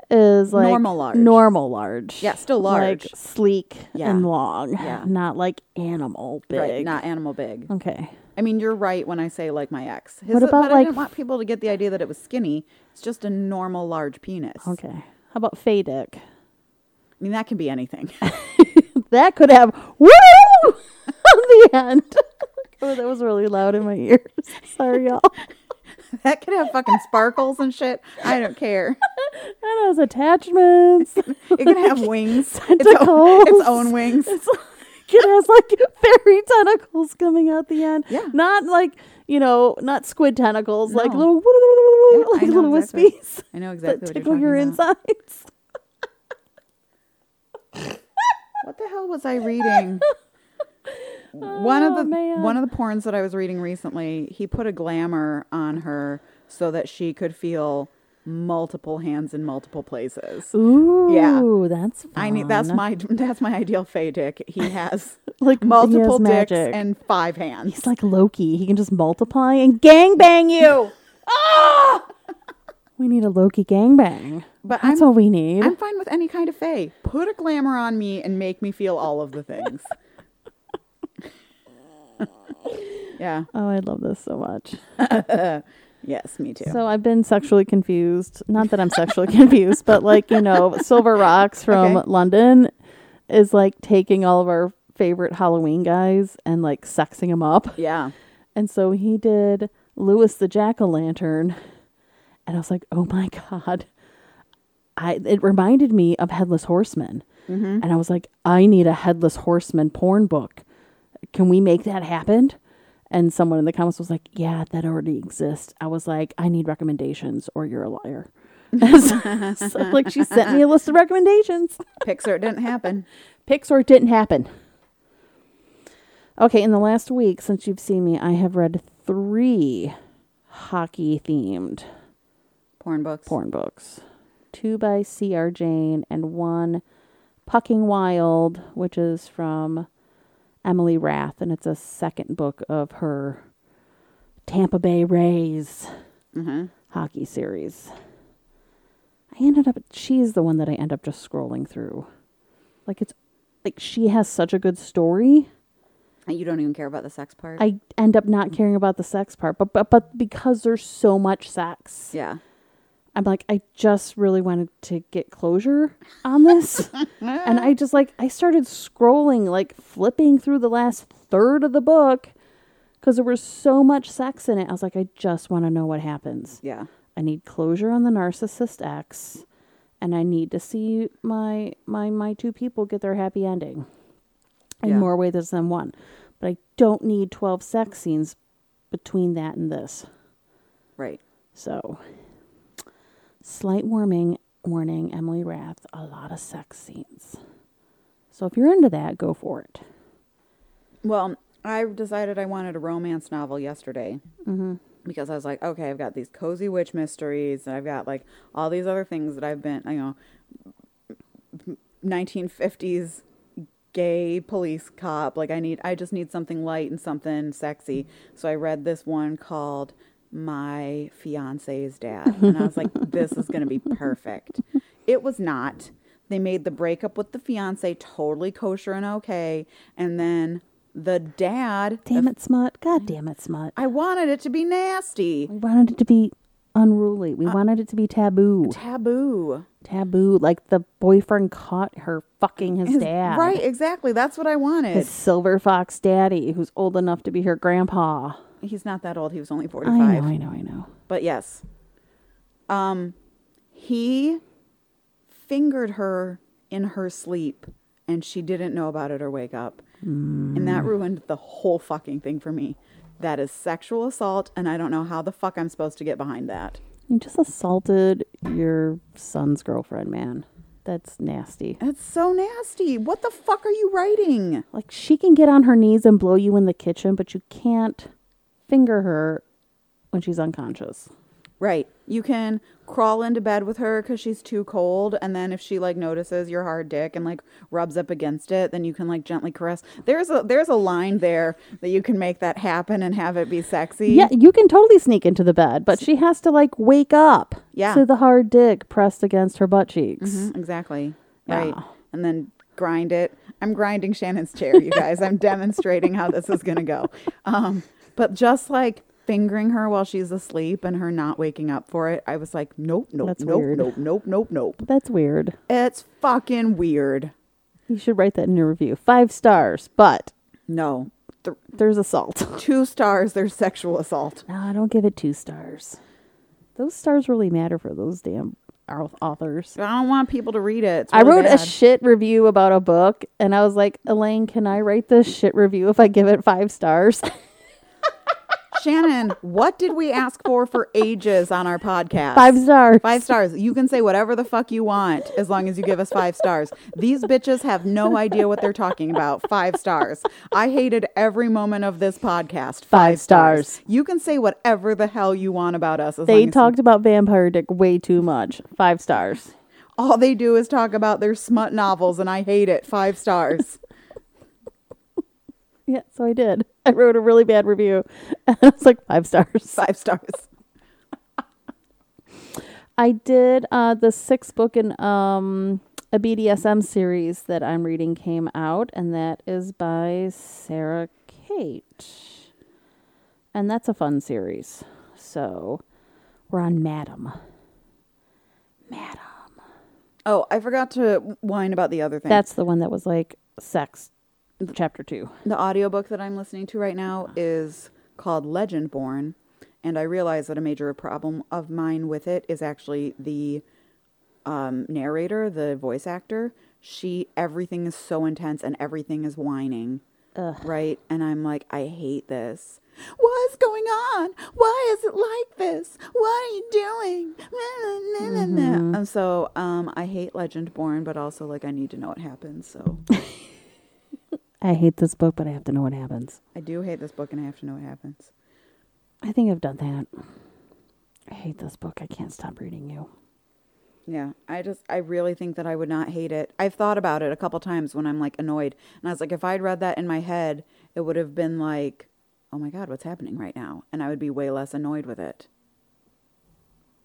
[SPEAKER 2] is like
[SPEAKER 3] Normal large.
[SPEAKER 2] Normal large.
[SPEAKER 3] Yeah, still large.
[SPEAKER 2] Like sleek
[SPEAKER 3] Yeah.
[SPEAKER 2] and long.
[SPEAKER 3] Yeah.
[SPEAKER 2] Not like animal big.
[SPEAKER 3] Right. Not animal big.
[SPEAKER 2] okay.
[SPEAKER 3] I mean, you're right when I say like my ex. His,
[SPEAKER 2] What about,
[SPEAKER 3] but I
[SPEAKER 2] like-
[SPEAKER 3] didn't want people to get the idea that it was skinny. It's just a normal large penis.
[SPEAKER 2] Okay. How about Fay dick?
[SPEAKER 3] I mean, that can be anything.
[SPEAKER 2] That could have woo on the end. oh, that was really loud in my ears. Sorry, y'all.
[SPEAKER 3] that could have fucking sparkles and shit. I don't care.
[SPEAKER 2] That has attachments.
[SPEAKER 3] It can have wings. Its own,
[SPEAKER 2] Tentacles.
[SPEAKER 3] its own wings.
[SPEAKER 2] It's like, it has like fairy tentacles coming out the end.
[SPEAKER 3] Yeah.
[SPEAKER 2] Not like, you know, not squid tentacles, like
[SPEAKER 3] No.
[SPEAKER 2] little,
[SPEAKER 3] Yeah, I
[SPEAKER 2] like
[SPEAKER 3] know
[SPEAKER 2] little
[SPEAKER 3] exactly-
[SPEAKER 2] wispies
[SPEAKER 3] I know
[SPEAKER 2] that
[SPEAKER 3] exactly what you're
[SPEAKER 2] tickle
[SPEAKER 3] talking
[SPEAKER 2] your
[SPEAKER 3] about.
[SPEAKER 2] insides.
[SPEAKER 3] What the hell was I reading? One
[SPEAKER 2] Oh,
[SPEAKER 3] of the
[SPEAKER 2] man.
[SPEAKER 3] one of the porns that I was reading recently, he put a glamour on her so that she could feel multiple hands in multiple places.
[SPEAKER 2] Ooh, that's fun.
[SPEAKER 3] I need that's my that's my ideal Fey dick. He has
[SPEAKER 2] Like, he has
[SPEAKER 3] multiple dicks
[SPEAKER 2] magic.
[SPEAKER 3] and five hands.
[SPEAKER 2] He's like Loki. He can just multiply and gangbang you. Ah! We need a Loki gangbang.
[SPEAKER 3] But
[SPEAKER 2] That's
[SPEAKER 3] I'm-
[SPEAKER 2] what we need.
[SPEAKER 3] I'm fine with any kind of Fey. Put a glamour on me and make me feel all of the things. yeah.
[SPEAKER 2] oh, I love this so much.
[SPEAKER 3] Yes, me too.
[SPEAKER 2] So I've been sexually confused. Not that I'm sexually confused, but like, you know, Silver Rocks from
[SPEAKER 3] Okay.
[SPEAKER 2] London is like taking all of our favorite Halloween guys and like sexing them up.
[SPEAKER 3] yeah.
[SPEAKER 2] And so he did Lewis the Jack o' Lantern. And I was like, oh my God. I, it reminded me of Headless Horseman.
[SPEAKER 3] Mm-hmm.
[SPEAKER 2] And I was like, I need a Headless Horseman porn book. Can we make that happen? And someone in the comments was like, yeah, that already exists. I was like, I need recommendations or you're a liar. so, so, like, she sent me a list of recommendations.
[SPEAKER 3] Pixar it didn't happen.
[SPEAKER 2] Pixar didn't happen. Okay, in the last week since you've seen me, I have read three hockey themed
[SPEAKER 3] Porn books.
[SPEAKER 2] porn books. Two by C.R. Jane and one Pucking Wild, which is from Emily Rath, and it's a second book of her Tampa Bay Rays
[SPEAKER 3] Mm-hmm.
[SPEAKER 2] hockey series. I ended up she's the one that I end up just scrolling through. Like it's like she has such a good story.
[SPEAKER 3] You don't even care about the sex part.
[SPEAKER 2] I end up not caring about the sex part, but but but because there's so much sex.
[SPEAKER 3] yeah.
[SPEAKER 2] I'm like, I just really wanted to get closure on this. and I just like, I started scrolling, like flipping through the last third of the book because there was so much sex in it. I was like, I just want to know what happens.
[SPEAKER 3] Yeah.
[SPEAKER 2] I need closure on the narcissist ex, and I need to see my my my two people get their happy ending in
[SPEAKER 3] Yeah.
[SPEAKER 2] more ways than one. But I don't need 12 sex scenes between that and this.
[SPEAKER 3] Right.
[SPEAKER 2] So, slight warming warning Emily Rath, a lot of sex scenes. So, if you're into that, go for it.
[SPEAKER 3] Well, I decided I wanted a romance novel yesterday because I was like, okay, I've got these cozy witch mysteries, and I've got like all these other things that I've been, you know, 1950s gay police cop. Like I need, I just need something light and something sexy. So I read this one called "My Fiance's Dad," and I was like, this is gonna be perfect. It was not. They made the breakup with the fiance totally kosher and okay, and then the dad.
[SPEAKER 2] Damn it, smut. God damn it, smut.
[SPEAKER 3] I wanted it to be nasty,
[SPEAKER 2] We wanted it to be unruly.
[SPEAKER 3] Uh,
[SPEAKER 2] We wanted it to be taboo.
[SPEAKER 3] taboo.
[SPEAKER 2] Taboo. Like the boyfriend caught her fucking his,
[SPEAKER 3] His-
[SPEAKER 2] dad.
[SPEAKER 3] Right, exactly. That's what I wanted.
[SPEAKER 2] His silver fox daddy, who's old enough to be her grandpa.
[SPEAKER 3] He's not that old. He was only
[SPEAKER 2] I know,
[SPEAKER 3] 45.
[SPEAKER 2] I know, I know.
[SPEAKER 3] But yes. Um he fingered her in her sleep and she didn't know about it or wake up
[SPEAKER 2] Mm.
[SPEAKER 3] And that ruined the whole fucking thing for me. That is sexual assault, and I don't know how the fuck I'm supposed to get behind that.
[SPEAKER 2] You just assaulted your son's girlfriend, man. That's nasty.
[SPEAKER 3] That's so nasty. What the fuck are you writing?
[SPEAKER 2] Like she can get on her knees and blow you in the kitchen, but you can't finger her when she's unconscious.
[SPEAKER 3] Right. You can crawl into bed with her because she's too cold. And then if she like notices your hard dick and like rubs up against it, then you can like gently caress. There's a there's a line there that you can make that happen and have it be sexy.
[SPEAKER 2] Yeah, you can totally sneak into the bed, but she has to like wake up
[SPEAKER 3] Yeah.
[SPEAKER 2] to the hard dick pressed against her butt cheeks.
[SPEAKER 3] Mhm, Exactly. Right.
[SPEAKER 2] Yeah.
[SPEAKER 3] And then grind it. I'm grinding Shannon's chair, you guys. I'm demonstrating how this is going to go. Um, but just like fingering her while she's asleep and her not waking up for it, I was like, nope, nope,
[SPEAKER 2] That's
[SPEAKER 3] nope,
[SPEAKER 2] weird.
[SPEAKER 3] nope, nope, nope, nope.
[SPEAKER 2] That's weird.
[SPEAKER 3] It's fucking weird.
[SPEAKER 2] You should write that in your review. Five stars, but
[SPEAKER 3] No. Th-
[SPEAKER 2] there's assault.
[SPEAKER 3] two stars, there's sexual assault.
[SPEAKER 2] No, I don't give it two stars. Those stars really matter for those damn au- authors.
[SPEAKER 3] I don't want people to read it. It's
[SPEAKER 2] I
[SPEAKER 3] really
[SPEAKER 2] wrote a
[SPEAKER 3] bad.
[SPEAKER 2] shit review about a book, and I was like, Elaine, can I write this shit review if I give it five stars?
[SPEAKER 3] Shannon, what did we ask for for ages on our podcast?
[SPEAKER 2] five stars.
[SPEAKER 3] Five stars. You can say whatever the fuck you want as long as you give us five stars. These bitches have no idea what they're talking about. Five stars. I hated every moment of this podcast.
[SPEAKER 2] Five stars.
[SPEAKER 3] You can say whatever the hell you want about us. As
[SPEAKER 2] They
[SPEAKER 3] long as you-
[SPEAKER 2] talked about vampire dick way too much. Five stars.
[SPEAKER 3] all they do is talk about their smut novels, and I hate it. Five stars.
[SPEAKER 2] Yeah, so I did. I wrote a really bad review, and I was like, five stars.
[SPEAKER 3] Five stars.
[SPEAKER 2] I did uh, the sixth book in um, a BDSM series that I'm reading came out, and that is by Sarah Kate, and that's a fun series. So we're on Madam. Madam.
[SPEAKER 3] Oh, I forgot to whine about the other thing.
[SPEAKER 2] That's the one that was like sex, chapter two.
[SPEAKER 3] The audiobook that I'm listening to right now is called Legend Born, and I realize that a major problem of mine with it is actually the um, narrator, the voice actor. She, everything is so intense and everything is whining, right? And I'm like, I hate this. What's going on? Why is it like this? What are you doing? Na, na, na, na, na. And so um, I hate Legend Born, but also like I need to know what happens. So
[SPEAKER 2] I hate this book, but I have to know what happens.
[SPEAKER 3] I do hate this book and I have to know what happens.
[SPEAKER 2] I think I've done that. I hate this book. I can't stop reading you.
[SPEAKER 3] Yeah, I just I really think that I would not hate it. I've thought about it a couple times when I'm like annoyed, and I was like, if I'd read that in my head, it would have been like, oh my god, what's happening right now, and I would be way less annoyed with it.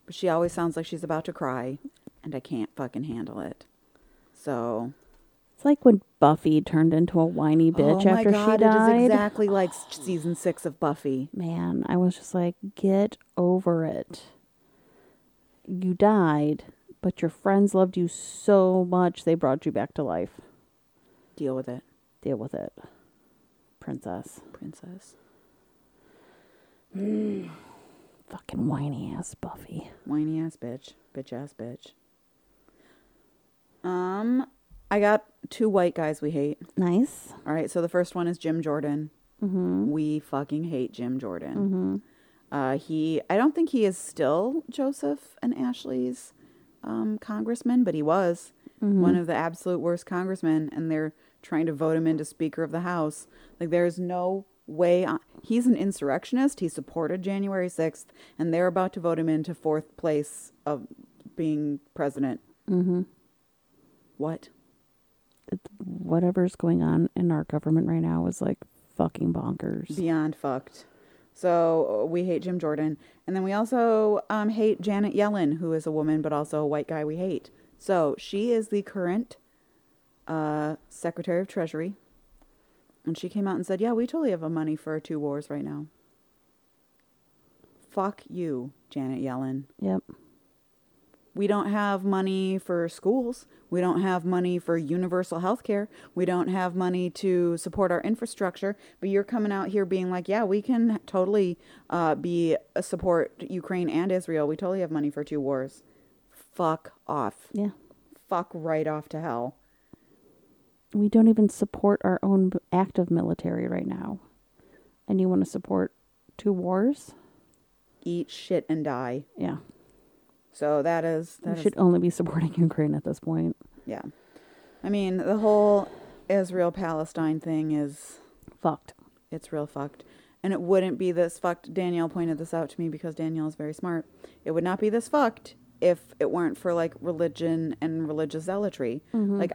[SPEAKER 3] But she always sounds like she's about to cry, and I can't fucking handle it. So
[SPEAKER 2] It's like when Buffy turned into a whiny bitch
[SPEAKER 3] oh my
[SPEAKER 2] after
[SPEAKER 3] god,
[SPEAKER 2] she died.
[SPEAKER 3] it is exactly like s- season six of Buffy.
[SPEAKER 2] man, I was just like, get over it. You died, but your friends loved you so much they brought you back to life.
[SPEAKER 3] Deal with it,
[SPEAKER 2] Deal with it, princess.
[SPEAKER 3] princess.
[SPEAKER 2] Fucking whiny ass Buffy.
[SPEAKER 3] Whiny ass bitch. Bitch ass bitch. Um, I got two white guys we hate.
[SPEAKER 2] Nice.
[SPEAKER 3] All right, so the first one is Jim Jordan. We fucking hate Jim Jordan. Uh, he, I don't think he is still Joseph and Ashley's um, congressman, but he was one of the absolute worst congressmen, and they're trying to vote him into Speaker of the House. Like, there's no way. On, he's an insurrectionist. He supported January 6th, and they're about to vote him into fourth place of being president. Mm-hmm. What?
[SPEAKER 2] Whatever's going on in our government right now is like fucking bonkers.
[SPEAKER 3] Beyond fucked. So uh, we hate Jim Jordan. And then we also um, hate Janet Yellen, who is a woman but also a white guy we hate. So she is the current uh, Secretary of Treasury. And she came out and said, Yeah, we totally have the money for two wars right now. Fuck you, Janet Yellen.
[SPEAKER 2] Yep.
[SPEAKER 3] We don't have money for schools. We don't have money for universal health care. We don't have money to support our infrastructure. But you're coming out here being like, yeah, we can totally uh, be uh, support Ukraine and Israel. We totally have money for two wars. Fuck off.
[SPEAKER 2] Yeah.
[SPEAKER 3] Fuck right off to hell.
[SPEAKER 2] we don't even support our own b- active military right now. And you want to support two wars?
[SPEAKER 3] Eat shit and die.
[SPEAKER 2] Yeah.
[SPEAKER 3] So that is that
[SPEAKER 2] we
[SPEAKER 3] is-
[SPEAKER 2] should only be supporting Ukraine at this point.
[SPEAKER 3] yeah. I mean, the whole Israel Palestine thing is
[SPEAKER 2] Fucked.
[SPEAKER 3] it's real fucked. And it wouldn't be this fucked. Danielle pointed this out to me because Danielle is very smart. It would not be this fucked if it weren't for like religion and religious zealotry. Like,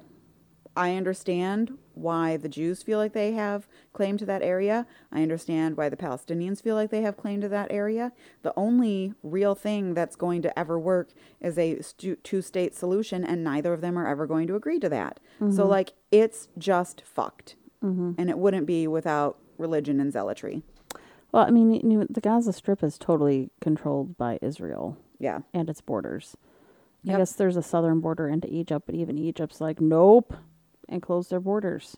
[SPEAKER 3] I understand why the Jews feel like they have claim to that area. I understand why the Palestinians feel like they have claim to that area. The only real thing that's going to ever work is a stu- two state solution, and neither of them are ever going to agree to that.
[SPEAKER 2] Mm-hmm.
[SPEAKER 3] So, like, it's just fucked. And it wouldn't be without religion and zealotry.
[SPEAKER 2] Well, I mean, you know, the Gaza Strip is totally controlled by Israel
[SPEAKER 3] Yeah.
[SPEAKER 2] and its borders.
[SPEAKER 3] Yep.
[SPEAKER 2] I guess there's a southern border into Egypt, but even Egypt's like, nope, and close their borders.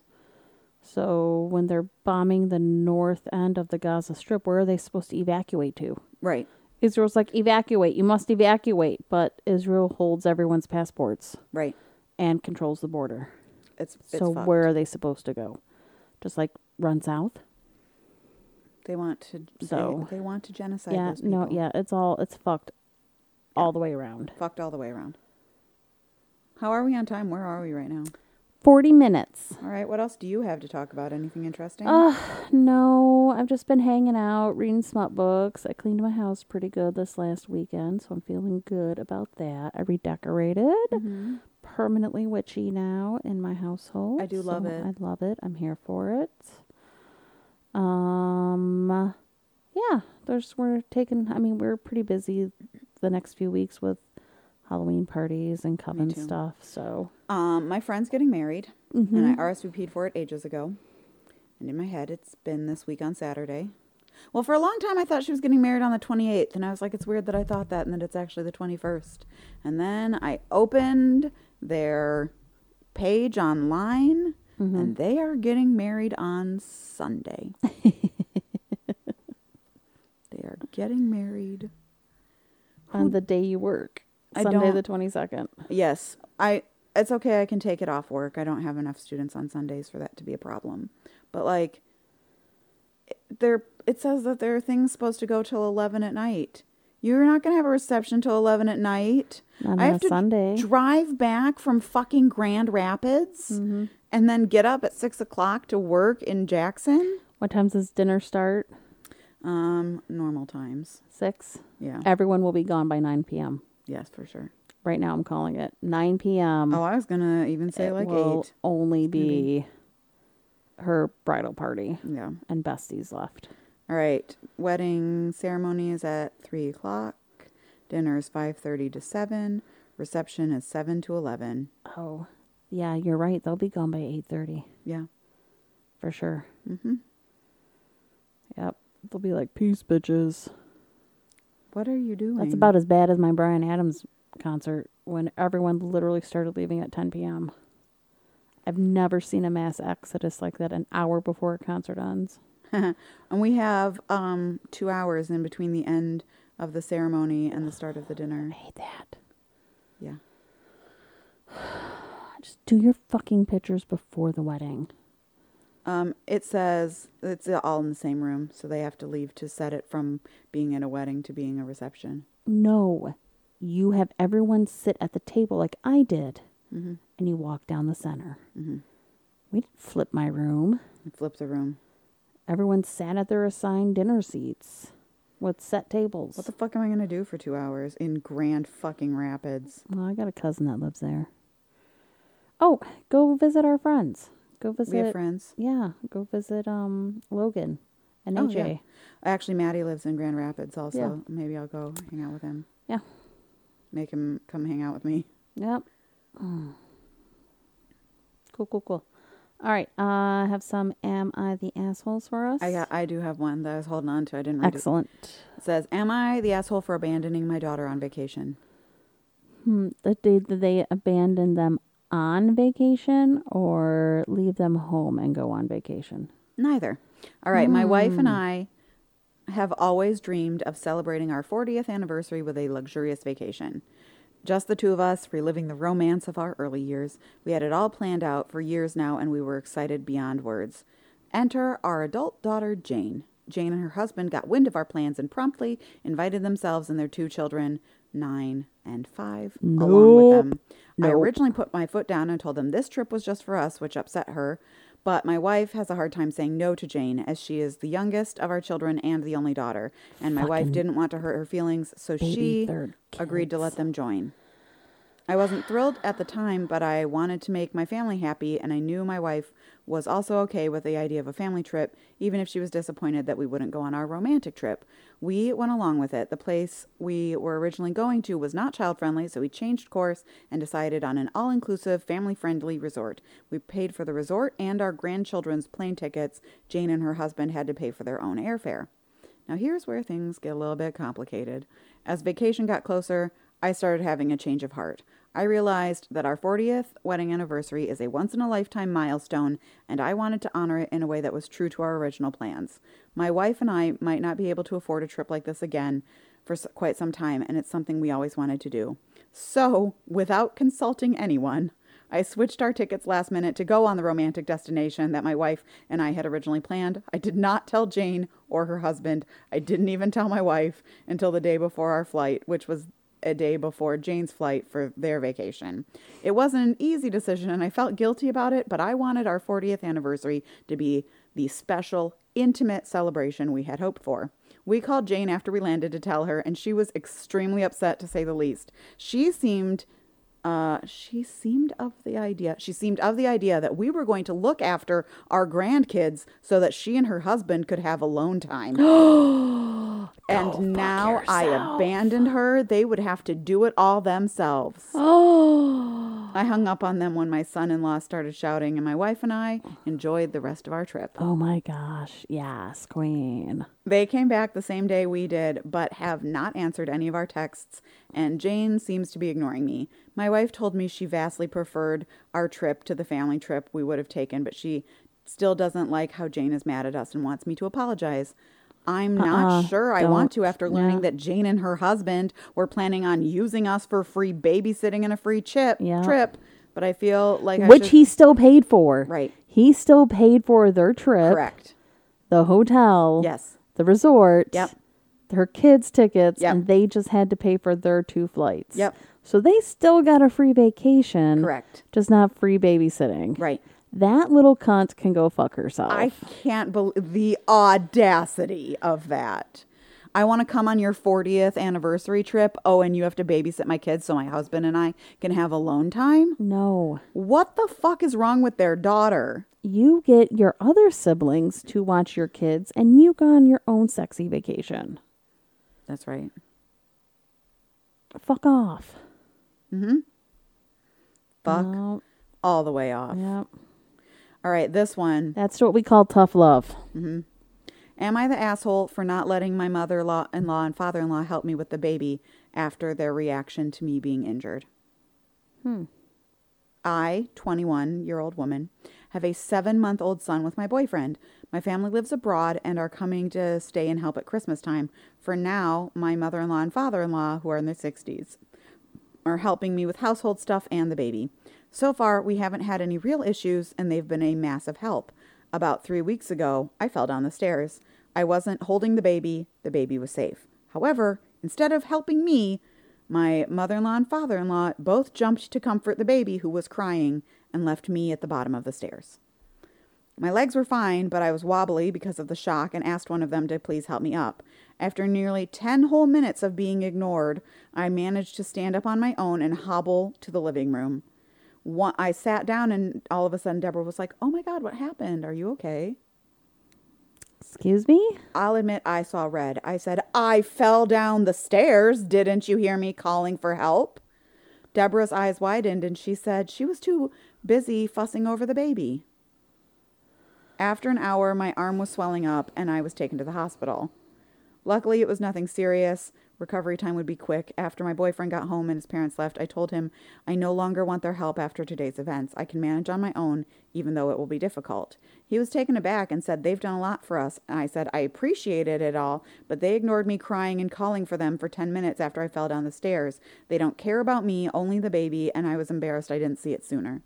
[SPEAKER 2] So when they're bombing the north end of the Gaza Strip, where are they supposed to evacuate to?
[SPEAKER 3] Right.
[SPEAKER 2] Israel's like, evacuate, you must evacuate. But Israel holds everyone's passports
[SPEAKER 3] Right.
[SPEAKER 2] and controls the border.
[SPEAKER 3] It's, it's
[SPEAKER 2] so
[SPEAKER 3] fucked.
[SPEAKER 2] where are they supposed to go? Just like run south?
[SPEAKER 3] they want to they-
[SPEAKER 2] So-
[SPEAKER 3] they, want to genocide
[SPEAKER 2] yeah,
[SPEAKER 3] those people.
[SPEAKER 2] no, yeah, it's all, it's fucked all the way around.
[SPEAKER 3] Fucked all the way around. How are we on time? Where are we right now?
[SPEAKER 2] 40 minutes.
[SPEAKER 3] All right. What else do you have to talk about? Anything interesting?
[SPEAKER 2] No, I've just been hanging out, reading smut books. I cleaned my house pretty good this last weekend, so I'm feeling good about that. I redecorated. Permanently witchy now in my household.
[SPEAKER 3] I do love
[SPEAKER 2] so
[SPEAKER 3] it.
[SPEAKER 2] I love it. I'm here for it. Um yeah, there's we're taking I mean, we're pretty busy the next few weeks with Halloween parties and coven
[SPEAKER 3] too.
[SPEAKER 2] stuff. So
[SPEAKER 3] Um, my friend's getting married, and
[SPEAKER 2] Mm-hmm.
[SPEAKER 3] I RSVP'd for it ages ago. And in my head, it's been this week on Saturday. Well, for a long time, I thought she was getting married on the 28th, and I was like, it's weird that I thought that and that it's actually the 21st. And then I opened their page online, and they are getting married on Sunday. they are getting married.
[SPEAKER 2] Mm-hmm. on the day you work.
[SPEAKER 3] I
[SPEAKER 2] Sunday
[SPEAKER 3] don't-
[SPEAKER 2] the twenty second.
[SPEAKER 3] Yes, I. It's okay. I can take it off work. I don't have enough students on Sundays for that to be a problem. But like, it- there it says that there are things supposed to go till eleven at night. You're not gonna have a reception till eleven at night.
[SPEAKER 2] Not on
[SPEAKER 3] I have
[SPEAKER 2] a
[SPEAKER 3] to
[SPEAKER 2] Sunday.
[SPEAKER 3] drive back from fucking Grand Rapids
[SPEAKER 2] Mm-hmm.
[SPEAKER 3] and then get up at six o'clock to work in Jackson.
[SPEAKER 2] What time does dinner start?
[SPEAKER 3] Um, normal times.
[SPEAKER 2] Six.
[SPEAKER 3] Yeah.
[SPEAKER 2] Everyone will be gone by 9 p.m.
[SPEAKER 3] Yes, for sure.
[SPEAKER 2] Right now, I'm calling it 9 p.m.
[SPEAKER 3] Oh, I was gonna even say
[SPEAKER 2] it
[SPEAKER 3] like
[SPEAKER 2] will
[SPEAKER 3] eight.
[SPEAKER 2] only be her bridal party
[SPEAKER 3] Yeah.
[SPEAKER 2] and besties left.
[SPEAKER 3] All right. Wedding ceremony is at three o'clock. Dinner is five thirty to seven. Reception is seven to eleven.
[SPEAKER 2] Oh, yeah, you're right. They'll be gone by 8:30
[SPEAKER 3] Yeah.
[SPEAKER 2] for sure. Mm-hmm. Yep, they'll be like peace, bitches.
[SPEAKER 3] What are you doing?
[SPEAKER 2] That's about as bad as my Brian Adams concert when everyone literally started leaving at 10 p.m. I've never seen a mass exodus like that an hour before a concert ends.
[SPEAKER 3] and we have um two hours in between the end of the ceremony and the start of the dinner.
[SPEAKER 2] I hate that.
[SPEAKER 3] Yeah.
[SPEAKER 2] Just do your fucking pictures before the wedding.
[SPEAKER 3] Um, it says it's all in the same room, so they have to leave to set it from being at a wedding to being a reception.
[SPEAKER 2] No, you have everyone sit at the table like I did,
[SPEAKER 3] Mm-hmm,
[SPEAKER 2] and you walk down the center. We didn't flip my room.
[SPEAKER 3] Flip mm-hmm. the room.
[SPEAKER 2] Everyone sat at their assigned dinner seats with set tables.
[SPEAKER 3] What the fuck am I gonna do for two hours in Grand fucking Rapids?
[SPEAKER 2] Well, I got a cousin that lives there. Oh, go visit our friends. Go visit.
[SPEAKER 3] We have friends.
[SPEAKER 2] Yeah, go visit um Logan and
[SPEAKER 3] Oh,
[SPEAKER 2] AJ.
[SPEAKER 3] yeah. Actually, Maddie lives in Grand Rapids also.
[SPEAKER 2] Yeah.
[SPEAKER 3] Maybe I'll go hang out with him.
[SPEAKER 2] yeah.
[SPEAKER 3] Make him come hang out with me.
[SPEAKER 2] Yep. Cool, cool, cool. All right. Uh, I have some Am I the Assholes for us?
[SPEAKER 3] I got, I do have one that I was holding on to. I didn't read
[SPEAKER 2] Excellent.
[SPEAKER 3] it. It says, Am I the asshole for abandoning my daughter on vacation?
[SPEAKER 2] Hmm, that they, that they abandon them on vacation or leave them home and go on vacation?
[SPEAKER 3] Neither. All right, my wife and I have always dreamed of celebrating our 40th anniversary with a luxurious vacation. Just the two of us, reliving the romance of our early years. We had it all planned out for years now, and we were excited beyond words. Enter our adult daughter, Jane. Jane and her husband got wind of our plans and promptly invited themselves and their two children, nine and five, along with them. I originally put my foot down and told them this trip was just for us, which upset her. But my wife has a hard time saying no to Jane, as she is the youngest of our children and the only daughter. And my wife didn't want to hurt her feelings, so she
[SPEAKER 2] third
[SPEAKER 3] agreed to let them join. I wasn't thrilled at the time, but I wanted to make my family happy, and I knew my wife was also okay with the idea of a family trip, even if she was disappointed that we wouldn't go on our romantic trip. We went along with it. The place we were originally going to was not child friendly, so we changed course and decided on an all inclusive, family friendly resort. We paid for the resort and our grandchildren's plane tickets. Jane and her husband had to pay for their own airfare. Now, here's where things get a little bit complicated. As vacation got closer, I started having a change of heart. I realized that our 40th wedding anniversary is a once in a lifetime milestone, and I wanted to honor it in a way that was true to our original plans. My wife and I might not be able to afford a trip like this again for s- quite some time, and it's something we always wanted to do. So, without consulting anyone, I switched our tickets last minute to go on the romantic destination that my wife and I had originally planned. I did not tell Jane or her husband. I didn't even tell my wife until the day before our flight, which was a day before Jane's flight for their vacation. It wasn't an easy decision and I felt guilty about it, but I wanted our 40th anniversary to be the special, intimate celebration we had hoped for. We called Jane after we landed to tell her, and she was extremely upset to say the least. She seemed uh, she seemed of the idea. She seemed of the idea that we were going to look after our grandkids so that she and her husband could have alone time. and now I abandoned her. They would have to do it all themselves.
[SPEAKER 2] Oh.
[SPEAKER 3] I hung up on them when my son-in-law started shouting, and my wife and I enjoyed the rest of our trip.
[SPEAKER 2] Oh my gosh. Yes, queen.
[SPEAKER 3] They came back the same day we did, but have not answered any of our texts, and Jane seems to be ignoring me. My wife told me she vastly preferred our trip to the family trip we would have taken, but she still doesn't like how Jane is mad at us and wants me to apologize. I'm
[SPEAKER 2] Uh-uh.
[SPEAKER 3] not sure I want to after learning that Jane and her husband were planning on using us for free babysitting and a free chip
[SPEAKER 2] Yeah.
[SPEAKER 3] trip, but I feel like I
[SPEAKER 2] Which
[SPEAKER 3] should-
[SPEAKER 2] he still paid for.
[SPEAKER 3] Right.
[SPEAKER 2] He still paid for their trip,
[SPEAKER 3] correct.
[SPEAKER 2] the hotel,
[SPEAKER 3] Yes.
[SPEAKER 2] the resort,
[SPEAKER 3] Yep.
[SPEAKER 2] her kids' tickets,
[SPEAKER 3] Yep.
[SPEAKER 2] and they just had to pay for their two flights.
[SPEAKER 3] Yep.
[SPEAKER 2] So they still got a free vacation.
[SPEAKER 3] Correct.
[SPEAKER 2] Just not free babysitting.
[SPEAKER 3] Right.
[SPEAKER 2] That little cunt can go fuck herself.
[SPEAKER 3] I can't believe the audacity of that. I want to come on your 40th anniversary trip. Oh, and you have to babysit my kids so my husband and I can have alone time?
[SPEAKER 2] no.
[SPEAKER 3] What the fuck is wrong with their daughter?
[SPEAKER 2] You get your other siblings to watch your kids and you go on your own sexy vacation.
[SPEAKER 3] That's right.
[SPEAKER 2] Fuck off.
[SPEAKER 3] Fuck
[SPEAKER 2] No,
[SPEAKER 3] all the way off.
[SPEAKER 2] yep.
[SPEAKER 3] All right, this one.
[SPEAKER 2] That's what we call tough love.
[SPEAKER 3] Am I the asshole for not letting my mother in law and father in law help me with the baby after their reaction to me being injured? I, 21 year old woman, have a seven month old son with my boyfriend. My family lives abroad and are coming to stay and help at Christmas time. For now, my mother in law and father in law, who are in their 60s, are helping me with household stuff and the baby. So far, we haven't had any real issues and they've been a massive help. About three weeks ago, I fell down the stairs. I wasn't holding the baby, the baby was safe. However, instead of helping me, my mother in law and father in law both jumped to comfort the baby who was crying and left me at the bottom of the stairs. My legs were fine, but I was wobbly because of the shock and asked one of them to please help me up. After nearly 10 whole minutes of being ignored, I managed to stand up on my own and hobble to the living room. One, I sat down, and all of a sudden, Deborah was like, Oh my God, what happened? Are you okay?
[SPEAKER 2] Excuse me?
[SPEAKER 3] I'll admit I saw red. I said, I fell down the stairs. Didn't you hear me calling for help? Deborah's eyes widened and she said she was too busy fussing over the baby. After an hour, my arm was swelling up and I was taken to the hospital. Luckily, it was nothing serious. Recovery time would be quick. After my boyfriend got home and his parents left, I told him I no longer want their help after today's events. I can manage on my own, even though it will be difficult. He was taken aback and said, They've done a lot for us. And I said, I appreciated it all, but they ignored me crying and calling for them for 10 minutes after I fell down the stairs. They don't care about me, only the baby, and I was embarrassed I didn't see it sooner.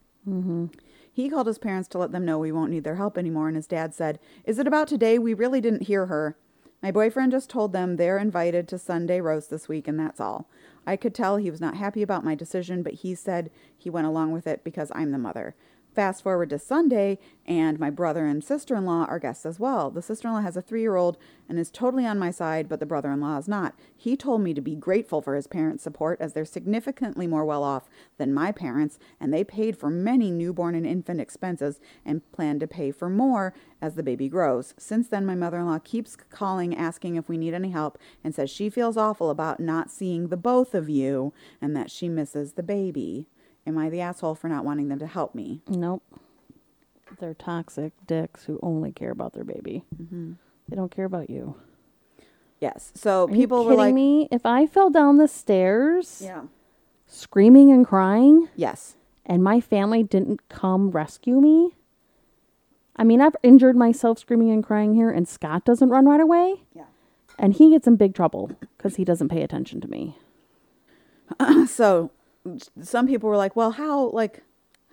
[SPEAKER 3] He called his parents to let them know we won't need their help anymore, and his dad said, Is it about today? We really didn't hear her. My boyfriend just told them they're invited to Sunday roast this week, and that's all. I could tell he was not happy about my decision, but he said he went along with it because I'm the mother. Fast forward to Sunday, and my brother and sister in law are guests as well. The sister in law has a three year old and is totally on my side, but the brother in law is not. He told me to be grateful for his parents' support as they're significantly more well off than my parents, and they paid for many newborn and infant expenses and plan to pay for more as the baby grows. Since then, my mother in law keeps calling, asking if we need any help, and says she feels awful about not seeing the both of you and that she misses the baby. Am I the asshole for not wanting them to help me?
[SPEAKER 2] Nope. They're toxic dicks who only care about their baby.
[SPEAKER 3] Mm-hmm.
[SPEAKER 2] They don't care about you.
[SPEAKER 3] Yes. So
[SPEAKER 2] Are
[SPEAKER 3] people
[SPEAKER 2] you
[SPEAKER 3] were
[SPEAKER 2] kidding
[SPEAKER 3] like,
[SPEAKER 2] me? If I fell down the stairs,
[SPEAKER 3] yeah,
[SPEAKER 2] screaming and crying,
[SPEAKER 3] yes,
[SPEAKER 2] and my family didn't come rescue me. I mean, I've injured myself screaming and crying here, and Scott doesn't run right away,
[SPEAKER 3] yeah.
[SPEAKER 2] and he gets in big trouble because he doesn't pay attention to me.
[SPEAKER 3] So some people were like, well, how like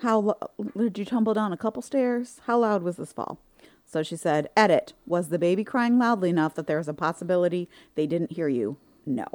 [SPEAKER 3] how lo- did you tumble down a couple stairs? How loud was this fall? So she said, edit. Was the baby crying loudly enough that there was a possibility they didn't hear you? No.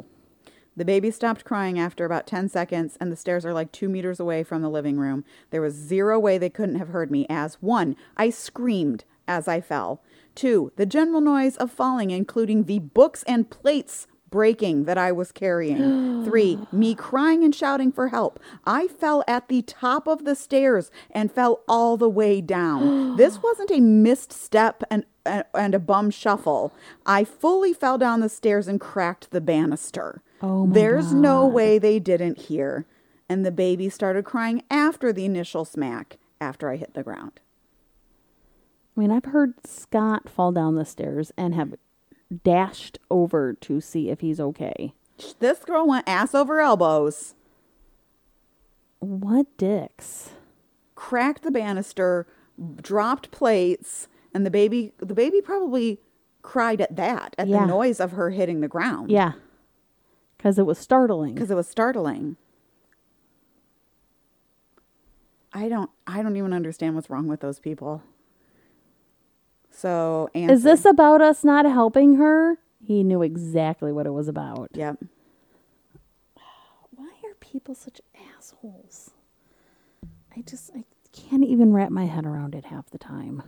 [SPEAKER 3] The baby stopped crying after about 10 seconds, and the stairs are like two meters away from the living room. There was zero way they couldn't have heard me, as one, I screamed as I fell. Two, the general noise of falling, including the books and plates breaking that I was carrying. Three, me crying and shouting for help. I fell at the top of the stairs and fell all the way down. this wasn't a missed step and and and a bum shuffle. I fully fell down the stairs and cracked the banister.
[SPEAKER 2] Oh my
[SPEAKER 3] There's no way they didn't hear. And the baby started crying after the initial smack after I hit the ground.
[SPEAKER 2] I mean, I've heard Scott fall down the stairs and have dashed over to see if he's okay.
[SPEAKER 3] This girl went ass over elbows.
[SPEAKER 2] What dicks?
[SPEAKER 3] cracked the banister, dropped plates, and the baby the baby probably cried at that at
[SPEAKER 2] Yeah.
[SPEAKER 3] the noise of her hitting the ground
[SPEAKER 2] Yeah. Because it was startling.
[SPEAKER 3] because it was startling. I don't I don't even understand what's wrong with those people. So and
[SPEAKER 2] Is this about us not helping her? He knew exactly what it was about.
[SPEAKER 3] Yep.
[SPEAKER 2] Why are people such assholes? I just, I can't even wrap my head around it half the time.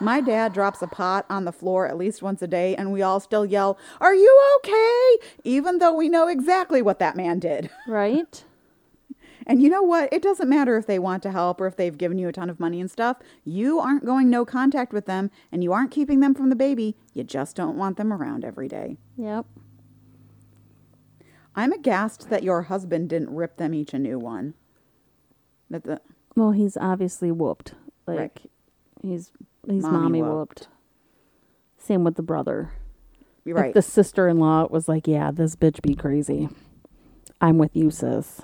[SPEAKER 3] My dad drops a pot on the floor at least once a day and we all still yell, "Are you okay?" even though we know exactly what that man did.
[SPEAKER 2] Right?
[SPEAKER 3] And you know what? It doesn't matter if they want to help or if they've given you a ton of money and stuff. You aren't going no contact with them and you aren't keeping them from the baby. You just don't want them around every day.
[SPEAKER 2] yep.
[SPEAKER 3] I'm aghast that your husband didn't rip them each a new one. That the
[SPEAKER 2] Well, he's obviously whooped. Like,
[SPEAKER 3] Right.
[SPEAKER 2] he's, he's
[SPEAKER 3] Mommy
[SPEAKER 2] mommy,
[SPEAKER 3] whooped.
[SPEAKER 2] whooped. Same with the brother.
[SPEAKER 3] you're
[SPEAKER 2] Like,
[SPEAKER 3] right.
[SPEAKER 2] the sister in law was like, Yeah, this bitch be crazy. I'm with you, sis.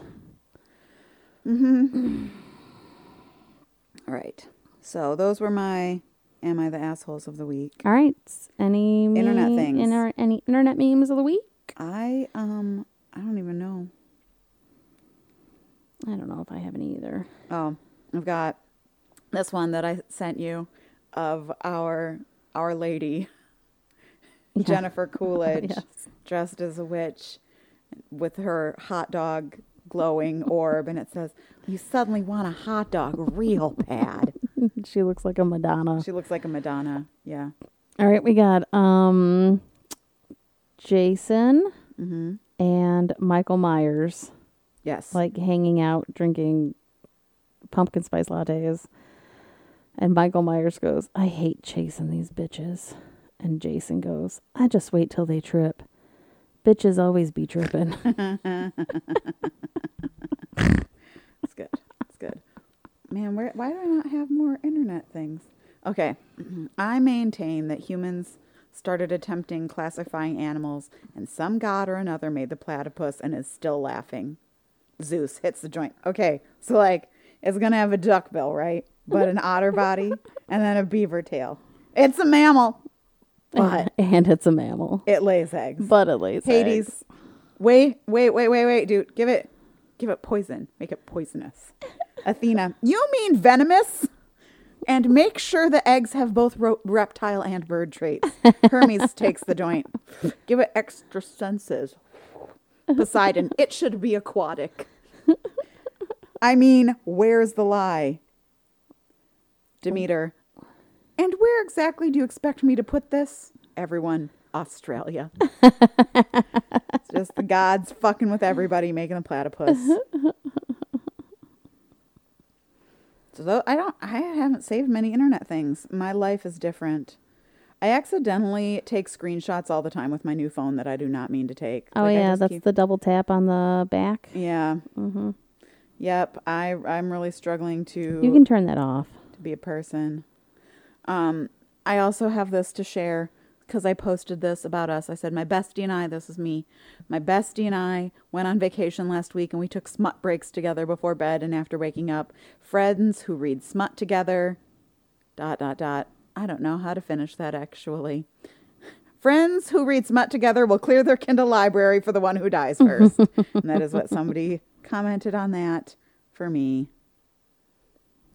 [SPEAKER 3] All right. So those were my am I the assholes of the week.
[SPEAKER 2] All right. Any
[SPEAKER 3] Internet
[SPEAKER 2] meme-
[SPEAKER 3] things.
[SPEAKER 2] inter- any internet memes of the week?
[SPEAKER 3] I um I don't even know.
[SPEAKER 2] I don't know if I have any either.
[SPEAKER 3] Oh, I've got this one that I sent you of our Our Lady Jennifer Coolidge dressed as a witch with her hot dog glowing orb, and it says, "You suddenly want a hot dog real bad."
[SPEAKER 2] she looks like a Madonna.
[SPEAKER 3] she looks like a Madonna. Yeah.
[SPEAKER 2] All right, we got um Jason and Michael Myers
[SPEAKER 3] Yes.
[SPEAKER 2] like hanging out drinking pumpkin spice lattes. And Michael Myers goes, "I hate chasing these bitches." And Jason goes, "I just wait till they trip. Bitches always be tripping."
[SPEAKER 3] It's good. It's good. Man, where, why do I not have more internet things? Okay. I maintain that humans started attempting classifying animals, and some god or another made the platypus and is still laughing. Zeus hits the joint. Okay, so like it's gonna have a duck bill, right? But an otter body and then a beaver tail. It's a mammal, but
[SPEAKER 2] and it's a mammal.
[SPEAKER 3] it lays eggs.
[SPEAKER 2] But it lays
[SPEAKER 3] Hades,
[SPEAKER 2] eggs.
[SPEAKER 3] wait, wait, wait, wait, wait, dude, give it, give it poison, make it poisonous. Athena, you mean venomous? And make sure the eggs have both ro- reptile and bird traits. Hermes takes the joint. Give it extra senses. Poseidon, it should be aquatic. I mean, where's the lie? Demeter, and where exactly do you expect me to put this? Everyone, Australia. It's just the gods fucking with everybody, making a platypus. so tho- I don't, I haven't saved many internet things. My life is different. I accidentally take screenshots all the time with my new phone that I do not mean to take.
[SPEAKER 2] Oh
[SPEAKER 3] Like, I
[SPEAKER 2] yeah,
[SPEAKER 3] just
[SPEAKER 2] that's
[SPEAKER 3] keep-
[SPEAKER 2] the double tap on the back.
[SPEAKER 3] yeah. Mm-hmm. Yep. I I'm really struggling to
[SPEAKER 2] You can turn that off.
[SPEAKER 3] to be a person. Um, I also have this to share because I posted this about us. I said, My bestie and I, this is me, my bestie and I went on vacation last week and we took smut breaks together before bed and after waking up. Friends who read smut together, dot, dot, dot. I don't know how to finish that actually. Friends who read smut together will clear their Kindle library for the one who dies first. and that is what somebody commented on that for me.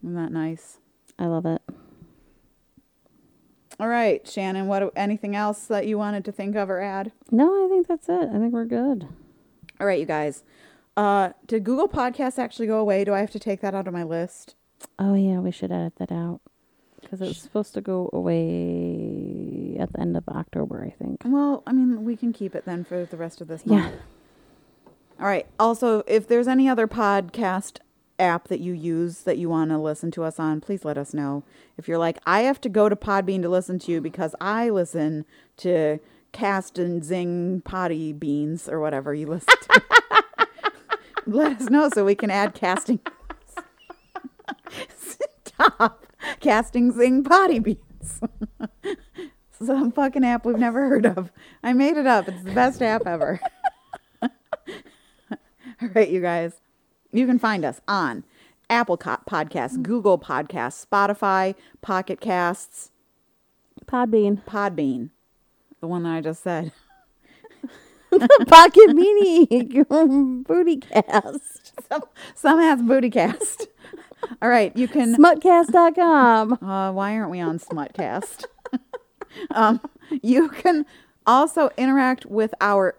[SPEAKER 3] Isn't that nice?
[SPEAKER 2] I love it.
[SPEAKER 3] All right, Shannon, what anything else that you wanted to think of or add?
[SPEAKER 2] No, I think that's it. I think we're good.
[SPEAKER 3] All right, you guys. Uh, did Google Podcasts actually go away? Do I have to take that out of my list?
[SPEAKER 2] Oh yeah, we should edit that out because it was supposed to go away at the end of October, I think.
[SPEAKER 3] Well, I mean, we can keep it then for the rest of this month.
[SPEAKER 2] Yeah.
[SPEAKER 3] All right. Also, if there's any other podcast app that you use that you want to listen to us on, please let us know. If you're like, I have to go to Podbean to listen to you because I listen to Cast and Zing Potty Beans or whatever you listen to, let us know so we can add casting. Stop. Casting Zing Potty Beans. Some fucking app we've never heard of. I made it up. It's the best app ever. All right, you guys. You can find us on Apple Co- Podcasts, Google Podcasts, Spotify, Pocket Casts,
[SPEAKER 2] Podbean.
[SPEAKER 3] Podbean. The one that I just said.
[SPEAKER 2] Pocket Meanie. Booty cast.
[SPEAKER 3] Some, some has Bootycast. All right, you can.
[SPEAKER 2] Smutcast.com.
[SPEAKER 3] Uh, why aren't we on Smutcast? um, you can also interact with our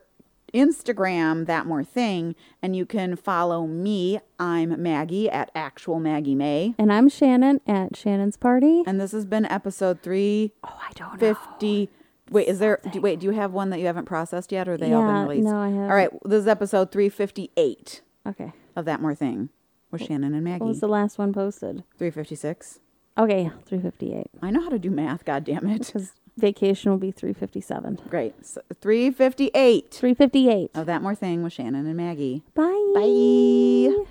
[SPEAKER 3] Instagram, That More Thing, and you can follow me. I'm Maggie at Actual Maggie May.
[SPEAKER 2] And I'm Shannon at Shannon's Party.
[SPEAKER 3] And this has been episode three
[SPEAKER 2] Oh, I don't know.
[SPEAKER 3] 50 wait is there do, wait do you have one that you haven't processed yet or they all
[SPEAKER 2] Yeah,
[SPEAKER 3] been released
[SPEAKER 2] no, I
[SPEAKER 3] all
[SPEAKER 2] haven't.
[SPEAKER 3] right this is episode 358
[SPEAKER 2] Okay.
[SPEAKER 3] of that more thing with shannon and maggie
[SPEAKER 2] What was the last one posted?
[SPEAKER 3] 356
[SPEAKER 2] Okay, 358.
[SPEAKER 3] i know how to do math god damn it
[SPEAKER 2] Because vacation will be 357.
[SPEAKER 3] great so 358
[SPEAKER 2] 358.
[SPEAKER 3] of that more thing with shannon and maggie
[SPEAKER 2] Bye.
[SPEAKER 3] bye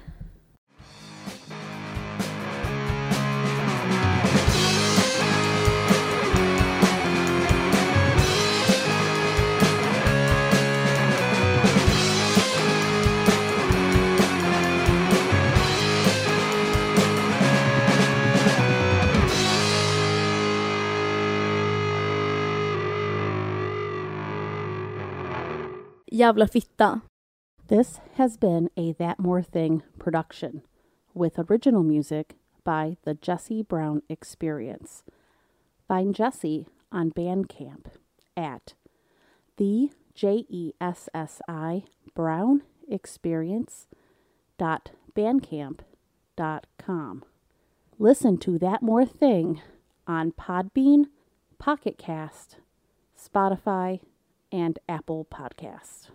[SPEAKER 4] Jävla fitta.
[SPEAKER 2] This has been a That More Thing production with original music by the Jesse Brown Experience. Find Jesse on Bandcamp at the J E S S I Brown Experience dot bandcamp dot com. Listen to That More Thing on Podbean, Pocket Cast, Spotify, and Apple Podcasts.